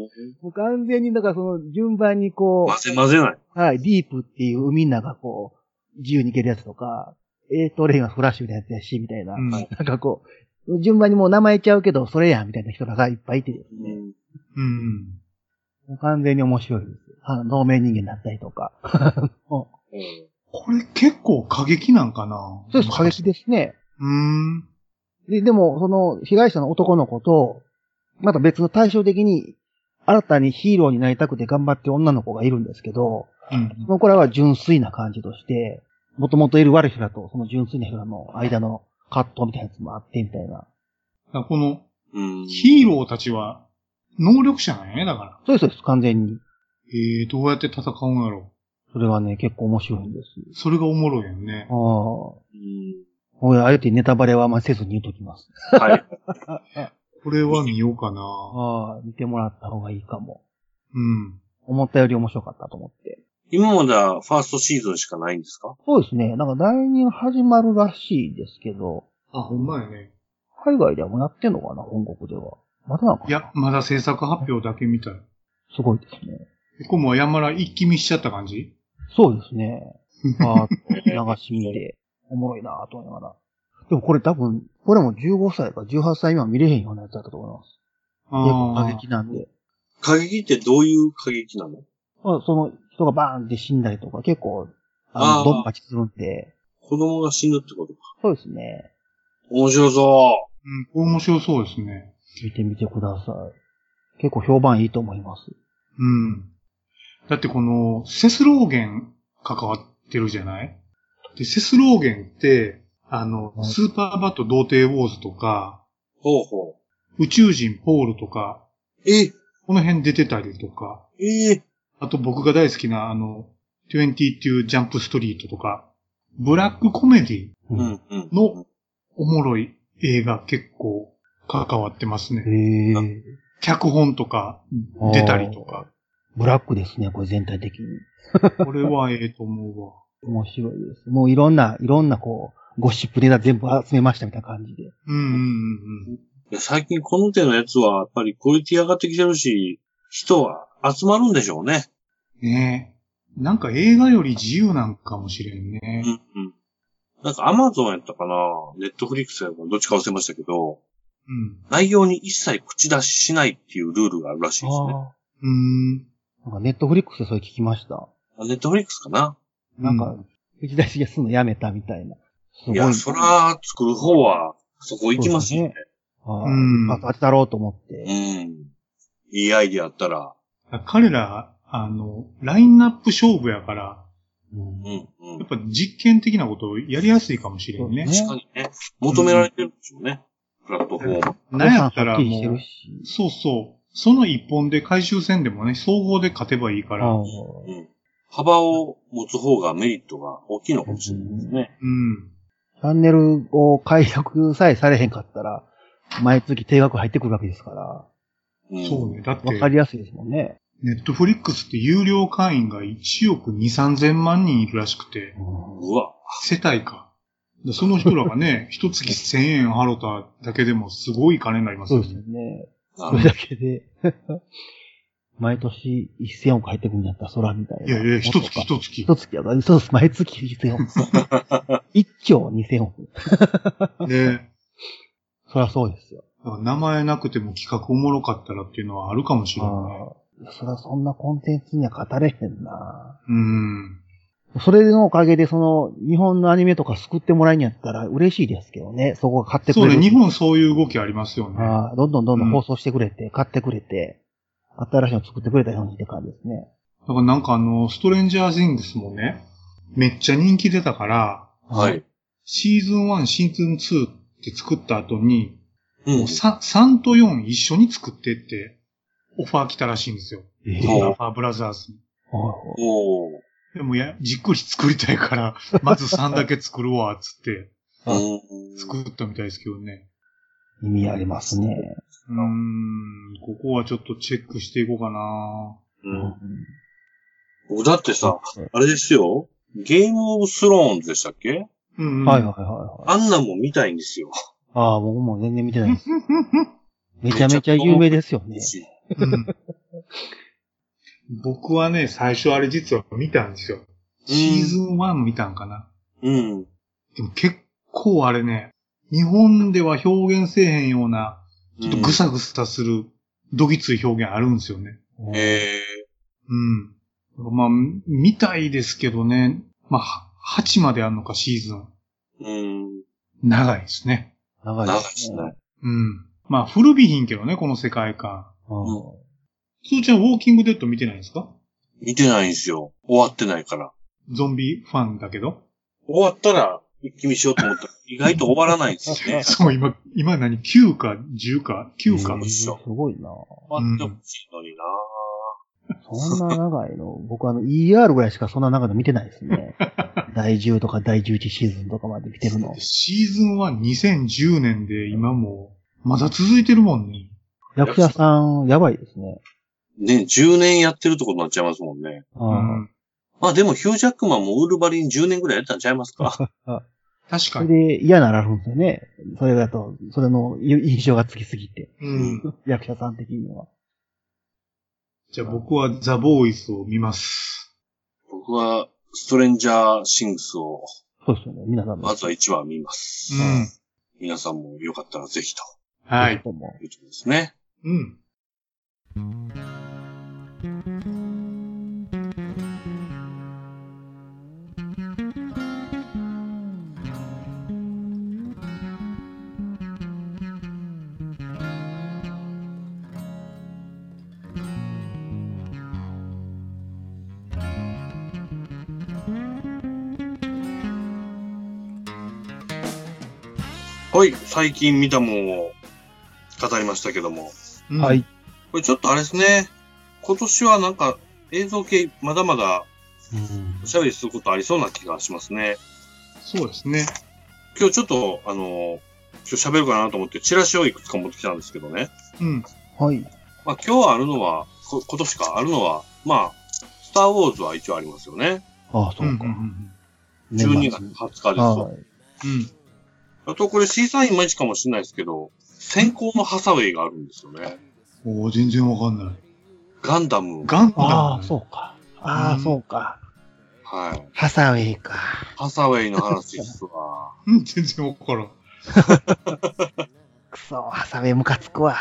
Speaker 2: うん
Speaker 4: う完全に、だからその順番にこ
Speaker 2: 混ぜ混ぜない。
Speaker 4: う、はい、ディープっていう海の中こう、自由に行けるやつとか、エートレインはフラッシュみたいなやつやし、みたいな。
Speaker 3: うん
Speaker 4: なんかこう、順番にもう名前ちゃうけど、それやん、みたいな人らがいっぱいいて、
Speaker 2: うん。
Speaker 3: うん。
Speaker 4: もう完全に面白いです。あの、透明人間になったりとか。
Speaker 3: これ結構過激なんかな
Speaker 4: そうです、過激。ですね。
Speaker 3: うーん。
Speaker 4: で、でも、その、被害者の男の子と、また別の対照的に、新たにヒーローになりたくて頑張ってる女の子がいるんですけど、
Speaker 3: うん。
Speaker 4: これは純粋な感じとして、もともといる悪い人らと、その純粋な人らの間の葛藤みたいなやつもあって、みたいな。
Speaker 3: だからこの、
Speaker 2: うん。
Speaker 3: ヒーローたちは、能力者なんやね、だから。
Speaker 4: そうです、そうです、完全に。
Speaker 3: えー、どうやって戦うんやろ
Speaker 4: それはね、結構面白いんです。
Speaker 3: う。それがおもろいよね
Speaker 4: あ。あ。
Speaker 2: うん
Speaker 4: これ、あえてネタバレはあんまりせずに言うときます。
Speaker 2: はい。
Speaker 3: これは見ようかな。
Speaker 4: ああ、見てもらった方がいいかも。
Speaker 3: うん。
Speaker 4: 思ったより面白かったと思って。
Speaker 2: 今まではファーストシーズンしかないんですか
Speaker 4: そうですね。なんか第二始まるらしいですけど、
Speaker 3: あ、ほんまやね。
Speaker 4: 海外ではもうやってんのかな本国では。まだなんかない
Speaker 3: や、まだ制作発表だけ見たい。
Speaker 4: すごいですね。
Speaker 3: えこれもう山ら一気見しちゃった感じ
Speaker 4: そうですね。 あーっと流し見て、おもろいなぁと思いながら。でもこれ多分、これも15歳か18歳今見れへんようなやつだったと思います。
Speaker 3: あ
Speaker 4: 結構
Speaker 3: あ。
Speaker 4: 過激なんで。
Speaker 2: 過激ってどういう過激なの
Speaker 4: まあ、その人がバーンって死んだりとか結構、
Speaker 2: あ
Speaker 4: あの、
Speaker 2: ー
Speaker 4: ドンパチするんで。
Speaker 2: 子供が死ぬってことか。
Speaker 4: そうですね。
Speaker 2: 面白そ
Speaker 3: うん、これ面白そうですね。
Speaker 4: 見てみてください。結構評判いいと思います。
Speaker 3: うん。だってこの、セスローゲン関わってるじゃないで、セスローゲンって、あの、
Speaker 4: はい
Speaker 3: スーパーバット童貞ウォーズとか、
Speaker 2: う。ほうほ
Speaker 3: 宇宙人ポールとか、
Speaker 2: う。え、
Speaker 3: この辺出てたりとか、
Speaker 2: ええ
Speaker 3: あと僕が大好きなあの、22ジャンプストリートとか、ブラックコメディ
Speaker 2: う。ん、うん。
Speaker 3: のおもろい映画結構関わってますね。
Speaker 4: へえ。
Speaker 3: 脚本とか出たりとか。
Speaker 4: ブラックですね、これ全体的に。
Speaker 3: これはええと思うわ。
Speaker 4: 面白いです。もういろんな、いろんなこう、ゴシップネタ全部集めましたみたいな感じで。
Speaker 3: うんうんうんうん。
Speaker 2: いや最近この手のやつは、やっぱりクオリティ上がってきてるし、人は集まるんでしょうね。
Speaker 3: ねえ。なんか映画より自由なんかもしれんね
Speaker 2: う。ん、うん。なんかアマゾンやったかなネットフリックスやったかなどっちか忘れましたけど、内容に一切口出ししないっていうルールがあるらしいですね。
Speaker 3: うん。う
Speaker 4: なんかネットフリックスでそれ聞きました。
Speaker 2: あネットフリックスかな
Speaker 3: ーん。
Speaker 4: なんか、口出しがするのやめたみたいな。す
Speaker 2: いや、そら、作る方は、そこ行きますよね。
Speaker 4: は
Speaker 3: うん
Speaker 4: い。あ、当たろうと思って。
Speaker 2: うん。いいアイディアあったら、
Speaker 3: 彼ら、あの、ラインナップ勝負やから、
Speaker 4: うん
Speaker 2: うん、うん
Speaker 3: やっ。ぱ実験的なことをやりやすいかもしれんね。
Speaker 4: そうです
Speaker 2: 確かにね、求められてるんでしょうね。プラットフォーム。
Speaker 3: なんやったら
Speaker 4: 予算はっきりして
Speaker 3: もう
Speaker 4: る、し。
Speaker 3: そうそう。その一本で回収戦でもね、総合で勝てばいいから、
Speaker 4: ああ
Speaker 2: うん。幅を持つ方がメリットが大きいのかもしれないですね。
Speaker 3: うん。
Speaker 4: チャンネルを解約さえされへんかったら、毎月定額入ってくるわけですから、
Speaker 2: うん
Speaker 3: そうね。だって
Speaker 4: わ、かりやすいですもんね。
Speaker 3: ネットフリックスって有料会員が1億2、3000万人いるらしくて、
Speaker 2: うわ。
Speaker 3: 世帯か。でその人らが ね、一月1000円払っただけでもすごい金になります
Speaker 4: そ
Speaker 3: よ
Speaker 4: うですよ
Speaker 3: ね。
Speaker 4: ね。
Speaker 2: な
Speaker 4: それ
Speaker 2: る
Speaker 4: だけで、 毎年1000億入ってくるんやったら空みたいな。
Speaker 3: いやいや、一
Speaker 4: もっ
Speaker 3: 月
Speaker 4: とか
Speaker 3: 一月。
Speaker 4: 一月やから、そうです。毎月1000億。 一兆2000億。
Speaker 3: で、
Speaker 4: そりゃそうですよ。
Speaker 3: 名前なくても企画おもろかったらっていうのはあるかもしれない。
Speaker 4: ああ。そりゃそんなコンテンツには語れへんな。
Speaker 3: うん。
Speaker 4: それのおかげで、その、日本のアニメとか救ってもらえんやったら嬉しいですけどね。そこが買ってく
Speaker 3: そ
Speaker 4: れ
Speaker 3: う
Speaker 4: る。
Speaker 3: ね、日本そういう動きありますよね。
Speaker 4: ああ、どんどんどんど
Speaker 3: うんん
Speaker 4: 放送してくれて、買ってくれて、新しいの作ってくれたようにって感じですね。
Speaker 3: だからなんかあの、ストレンジャージングスもね、めっちゃ人気出たから、
Speaker 2: ほど。はい。
Speaker 3: シーズン1、シーズン2って作った後に、
Speaker 2: う
Speaker 3: もう 3, 3と4一緒に作ってって、オファー来たらしいんですよ。
Speaker 4: ええ
Speaker 2: そ
Speaker 3: オ
Speaker 2: う
Speaker 3: ファーブラザーズに。
Speaker 4: はい
Speaker 2: おー。
Speaker 3: でもや、じっくり作りたいから、まず3だけ作るわ、つって、
Speaker 2: うん
Speaker 3: 作ったみたいですけどね。
Speaker 4: 意味ありますね。
Speaker 3: うーん、ここはちょっとチェックしていこうかな。
Speaker 2: うん僕だってさ、あれですよ。ゲームオブスローンズでしたっけ
Speaker 3: うん、
Speaker 4: う
Speaker 3: うんん。
Speaker 4: はいはいはいはい。
Speaker 2: あんなんも見たいんですよ。
Speaker 4: ああ、僕も全然見てない です。めちゃめちゃ有名ですよね。
Speaker 3: うん僕はね、最初あれ実は見たんですよ。シーズン1見たんかな。
Speaker 2: うん。
Speaker 3: でも結構あれね、日本では表現せえへんような、ちょっとぐさぐさする、どぎつい表現あるんですよね。
Speaker 2: うん。え
Speaker 3: うん。まあ、見たいですけどね。まあ、8まであるのか、シーズン。
Speaker 2: ー、うん。
Speaker 3: 長いですね。
Speaker 4: 長い
Speaker 2: 長いで
Speaker 4: で
Speaker 2: すす
Speaker 4: ね
Speaker 2: ね。。
Speaker 3: うん。まあ、古びひんけどね、この世界観。
Speaker 4: うん
Speaker 3: すーちゃん、ウォーキングデッド見てないんですか
Speaker 2: 見てないんですよ。終わってないから。
Speaker 3: ゾンビファンだけど。
Speaker 2: 終わったら、一気見しようと思ったら、意外と終わらないんです よね。
Speaker 3: そう、今、今何 ?9 か10か ?9 か
Speaker 2: う。ん
Speaker 4: すごいな。
Speaker 2: 終わってほしいのにな
Speaker 4: そんな長いの、 僕あの ER ぐらいしかそんな長いの見てないで すね。第10とか第11シーズンとかまで見てるの。
Speaker 3: シーズンは2010年で今も、まだ続いてるもんね。
Speaker 4: 役者さん、やばいですね。
Speaker 2: ね、10年やってるとことになっちゃいますもんね。
Speaker 4: あ
Speaker 3: う
Speaker 4: あ
Speaker 3: ん。
Speaker 2: まあでもヒュージャックマンもウルバリン10年ぐらいやったんちゃいます か
Speaker 3: 確
Speaker 4: そ
Speaker 3: か
Speaker 4: れ
Speaker 3: に。
Speaker 4: で嫌なられるんですよね。それだと、それの印象がつきすぎて、
Speaker 3: うん。
Speaker 4: 役者さん的には。
Speaker 3: じゃあ僕はザ・ボーイスを見ます。
Speaker 2: 僕は、ストレンジャーシングスを、
Speaker 4: そうですよね、皆さんも。
Speaker 2: まずは1話見ます。
Speaker 3: うん。
Speaker 2: 皆さんもよかったらぜひと
Speaker 3: はい。
Speaker 4: どうも
Speaker 2: いうところですね。
Speaker 3: うん。
Speaker 2: はい、最近見たもんを語りましたけども。
Speaker 3: うん
Speaker 4: はい。。
Speaker 2: これちょっとあれですね。今年はなんか映像系まだまだおしゃべりすることありそうな気がしますね。
Speaker 3: そうですね。
Speaker 2: 今日ちょっと、あの、今日喋るかなと思ってチラシをいくつか持ってきたんですけどね。
Speaker 3: うん。
Speaker 4: はい。
Speaker 2: まあ今日あるのは、こ今年かあるのは、まあ、スターウォーズは一応ありますよね。
Speaker 4: ああ、
Speaker 3: う
Speaker 4: そ
Speaker 3: んう
Speaker 4: うん
Speaker 3: う
Speaker 4: か。
Speaker 3: ん
Speaker 2: 12月
Speaker 4: 年
Speaker 2: 20日ですよ。
Speaker 4: はい。
Speaker 3: うん。
Speaker 2: あとこれ C さんいまいちかもしれないですけど、先行のハサウェイがあるんですよね。
Speaker 3: おー全然わかんない。
Speaker 2: ガンダム。
Speaker 3: ガンダム。
Speaker 4: ああ、そうか。ああ、
Speaker 3: うん
Speaker 4: そうか。
Speaker 2: はい。
Speaker 4: ハサウェイか。
Speaker 2: ハサウェイの話ですわ。
Speaker 3: うん、全然わからん。
Speaker 4: くそ、ハサウェイムカつくわ。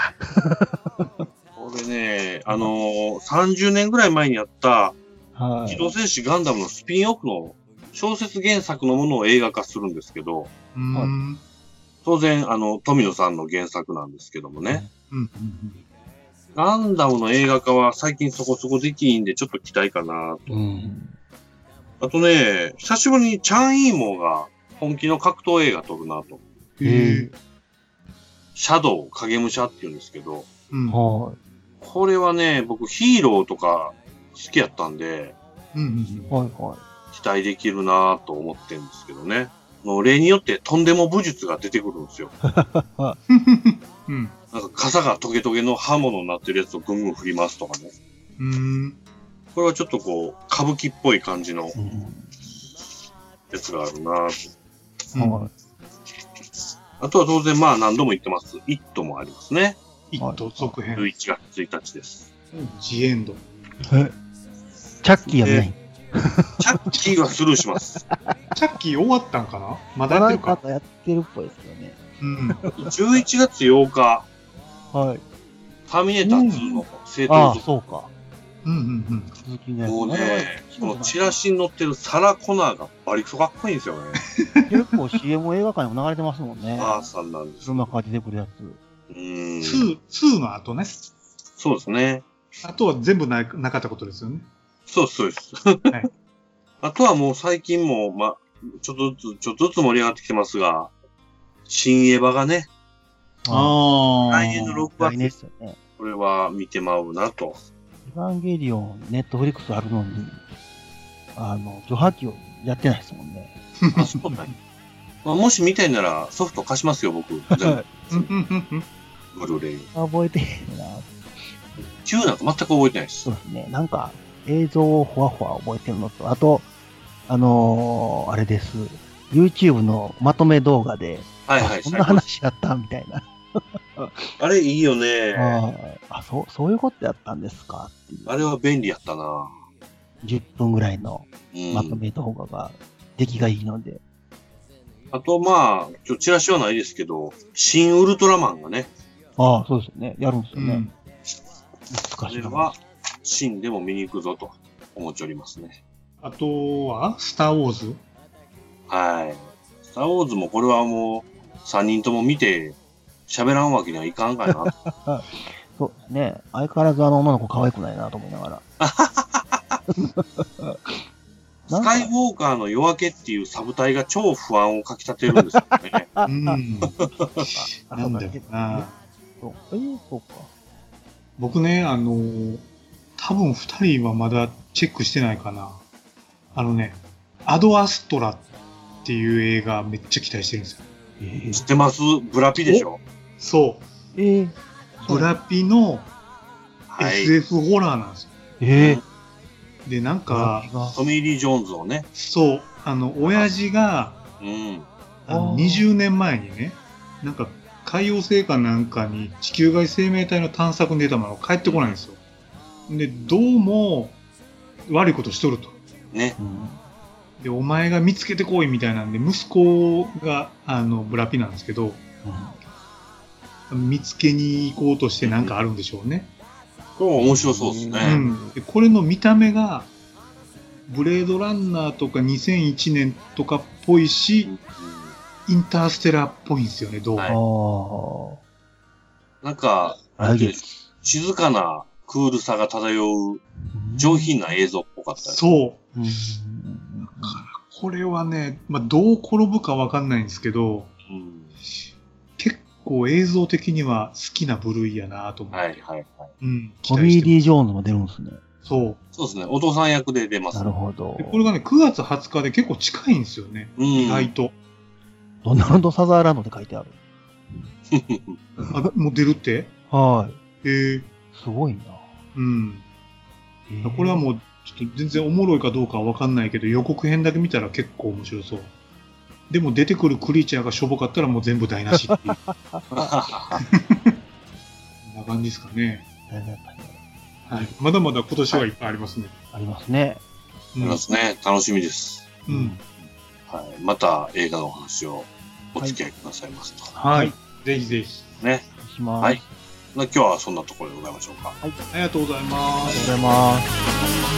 Speaker 2: これね、あのー30年ぐらい前にやった、
Speaker 4: は
Speaker 2: 機動戦士ガンダムのスピンオフの小説原作のものを映画化するんですけど、
Speaker 3: うーん。
Speaker 2: 当然、あの、富野さんの原作なんですけどもね。
Speaker 3: うんうん
Speaker 2: ガンダムの映画化は最近そこそこできいんで、ちょっと期待かなと。
Speaker 4: うん。
Speaker 2: あとね、久しぶりにチャン・イーモーが本気の格闘映画撮るなと。
Speaker 3: うん。へえ。
Speaker 2: シャドウ、影武者って言うんですけど、
Speaker 3: うん。
Speaker 4: は
Speaker 2: これはね、僕ヒーローとか好きやったんで、
Speaker 3: うんうん
Speaker 4: い。はいは
Speaker 2: 期待できるなぁと思ってるんですけどね。もう例によってとんでも武術が出てくるんですよ。
Speaker 3: うん。うん
Speaker 2: なんか傘がトゲトゲの刃物になってるやつをぐんぐん振りますとかね。
Speaker 3: うーん。
Speaker 2: これはちょっとこう、歌舞伎っぽい感じの
Speaker 4: い。
Speaker 2: やつがあるなぁ
Speaker 3: うん
Speaker 4: はい。
Speaker 2: と。あとは当然まあ何度も言ってます。イットもありますね。
Speaker 3: 一頭続編。
Speaker 2: 11月1日です。
Speaker 3: ジエンド。
Speaker 4: えチャッキーやね。
Speaker 2: チャッキーはスルーします。
Speaker 3: チャッキー終わったんかなまだやって
Speaker 4: な
Speaker 3: る
Speaker 4: ん
Speaker 3: か
Speaker 4: か。やってるっぽいですけどね。
Speaker 3: うん。
Speaker 2: 11月8日、
Speaker 4: はい。
Speaker 2: ターミネーター2の正
Speaker 4: あ
Speaker 2: 当
Speaker 4: あ、
Speaker 2: 続
Speaker 4: そうか。
Speaker 3: うんうん
Speaker 4: 続きね。
Speaker 2: もうね、このチラ
Speaker 4: シ。
Speaker 2: シに載ってるサラ・コナーがバリクソかっこいいんですよね。
Speaker 4: 結構 CM 映画館にも流れてますもんね。
Speaker 2: マーさんなんです
Speaker 4: そんな感じでくるやつ。
Speaker 2: う
Speaker 3: うん。
Speaker 2: ーん。
Speaker 3: 2、2の後ね。
Speaker 2: そうですね。
Speaker 3: あとは全部ななかったことですよね。
Speaker 2: そうです、そうです。
Speaker 3: い
Speaker 2: あとはもう最近も、ま、ちょっとずつ、ちょっとずつ盛り上がってきてますが、新エヴァがね、
Speaker 3: あ
Speaker 2: 来年の6
Speaker 4: 来年で
Speaker 2: 月、
Speaker 4: すよね。
Speaker 2: これは見てまうなと。
Speaker 4: エヴァンゲリオン、ネットフリックスあるのに、あの、除波器をやってないですもんね。
Speaker 2: あ、そうだね。まあ、もし見たいならソフト貸しますよ、僕。全部
Speaker 3: うんうんうん
Speaker 2: ブルーレイ。
Speaker 4: 覚えてへんな。
Speaker 2: Q なんか全く覚えてないです
Speaker 4: そう。ですね。なんか、映像をほわほわ覚えてるのと、あと、あのーあれです。YouTube のまとめ動画で、
Speaker 2: はいはい、
Speaker 4: あこ
Speaker 2: 最
Speaker 4: ん
Speaker 2: 高
Speaker 4: な
Speaker 2: です
Speaker 4: 話やったみたいな。
Speaker 2: あれいいよね。
Speaker 4: ああ、そう、そういうことやったんですかっていう。
Speaker 2: あれは便利やったな。
Speaker 4: 10分ぐらいの
Speaker 2: うん
Speaker 4: まとめ動画が、出来がいいので。
Speaker 2: あと、まあ、ちょ、チラシはないですけど、新ウルトラマンがね、
Speaker 4: ああ、そうですよね。やるんです
Speaker 3: う
Speaker 4: よね。
Speaker 3: ん。
Speaker 2: あ
Speaker 4: 難しい
Speaker 2: れ
Speaker 4: な。
Speaker 2: は、新でも見に行くぞと思っておりますね。
Speaker 3: あとは、スター・ウォーズ。
Speaker 2: はい。スターウォーズもこれはもう、3人とも見て、喋らんわけにはいかん かな。
Speaker 4: そうですね。相変わらずあの女の子可愛くないなと思いながら。
Speaker 2: ス
Speaker 4: なんか
Speaker 2: カイウォーカーの夜明けっていうサブ隊が超不安をかきたてるんですよね。
Speaker 3: うん。
Speaker 4: あ
Speaker 3: なんだよな。
Speaker 4: そうえーそうか。
Speaker 3: 僕ね、あのー多分二人はまだチェックしてないかな。あのね、アドアストラっていう映画めっちゃ期待してるんですよ。
Speaker 4: え
Speaker 2: 知
Speaker 4: ー
Speaker 2: ってますブラピでしょ
Speaker 3: そ
Speaker 4: えー
Speaker 3: う。ブラピの
Speaker 2: はい。
Speaker 3: SF ホラーなんですよ。
Speaker 4: えー
Speaker 3: で、なんか、
Speaker 2: トミー・リー・ジョーンズをね。
Speaker 3: そう、あの、親父が、
Speaker 2: うん。
Speaker 3: あの
Speaker 4: あー
Speaker 3: 20年前にね、なんか海洋星かなんかに地球外生命体の探索に出たものが帰ってこないんですよ。で、どうも悪いことしとると。
Speaker 2: ね。
Speaker 4: うん
Speaker 3: で、お前が見つけてこいみたいなんで、息子があのブラピなんですけど、見つけに行こうとしてなんかあるんでしょうね。
Speaker 2: これも面白そうですね。
Speaker 3: うん。でこれの見た目が、ブレードランナーとか2001年とかっぽいし、インターステラーっぽいんですよね、どうも。
Speaker 2: はい
Speaker 4: ああ。
Speaker 2: なんか、
Speaker 4: 来月。
Speaker 2: 静かなクールさが漂う上品な映像っぽかったです。
Speaker 3: そう。
Speaker 4: うん。
Speaker 3: これはね、まあ、どう転ぶかわかんないんですけど、
Speaker 2: うん
Speaker 3: 結構映像的には好きな部類やなと思う。
Speaker 2: はいはいはい。
Speaker 3: うん。期
Speaker 4: ト
Speaker 3: 待
Speaker 4: ミー・
Speaker 3: して
Speaker 4: リー・ジョーンズも出るんですね。
Speaker 3: ますそう。
Speaker 2: そうですね。お父さん役で出ます。
Speaker 4: なるほど
Speaker 3: で。これがね、9月20日で結構近いんですよね。
Speaker 2: うん。
Speaker 3: 意外と。
Speaker 4: ドナルド・サザーランドって書いてある。
Speaker 3: あ、もう出るって
Speaker 4: は
Speaker 3: えー、
Speaker 4: い。すごいな。
Speaker 3: うん。
Speaker 4: えー
Speaker 3: これはもう、ちょっと全然おもろいかどうかはわかんないけど、予告編だけ見たら結構面白そう。でも出てくるクリーチャーがしょぼかったらもう全部台無しっていう。こんな感じですかね。
Speaker 4: 全然やっぱりね
Speaker 3: はい。まだまだ今年はいっぱいありますね。
Speaker 4: ありますね。
Speaker 2: そうですね。楽しみです。
Speaker 3: うん。うん。
Speaker 2: はい。また映画のお話をお付き合いくださいますと。
Speaker 3: はい。ぜひぜひ。
Speaker 2: ね。
Speaker 4: お願いします。
Speaker 2: は
Speaker 4: あ
Speaker 2: い
Speaker 4: り
Speaker 2: まあ今日はそんなところでございましょうか。
Speaker 3: ありがとうございま
Speaker 4: が
Speaker 3: す
Speaker 4: とう。ございます。
Speaker 2: あ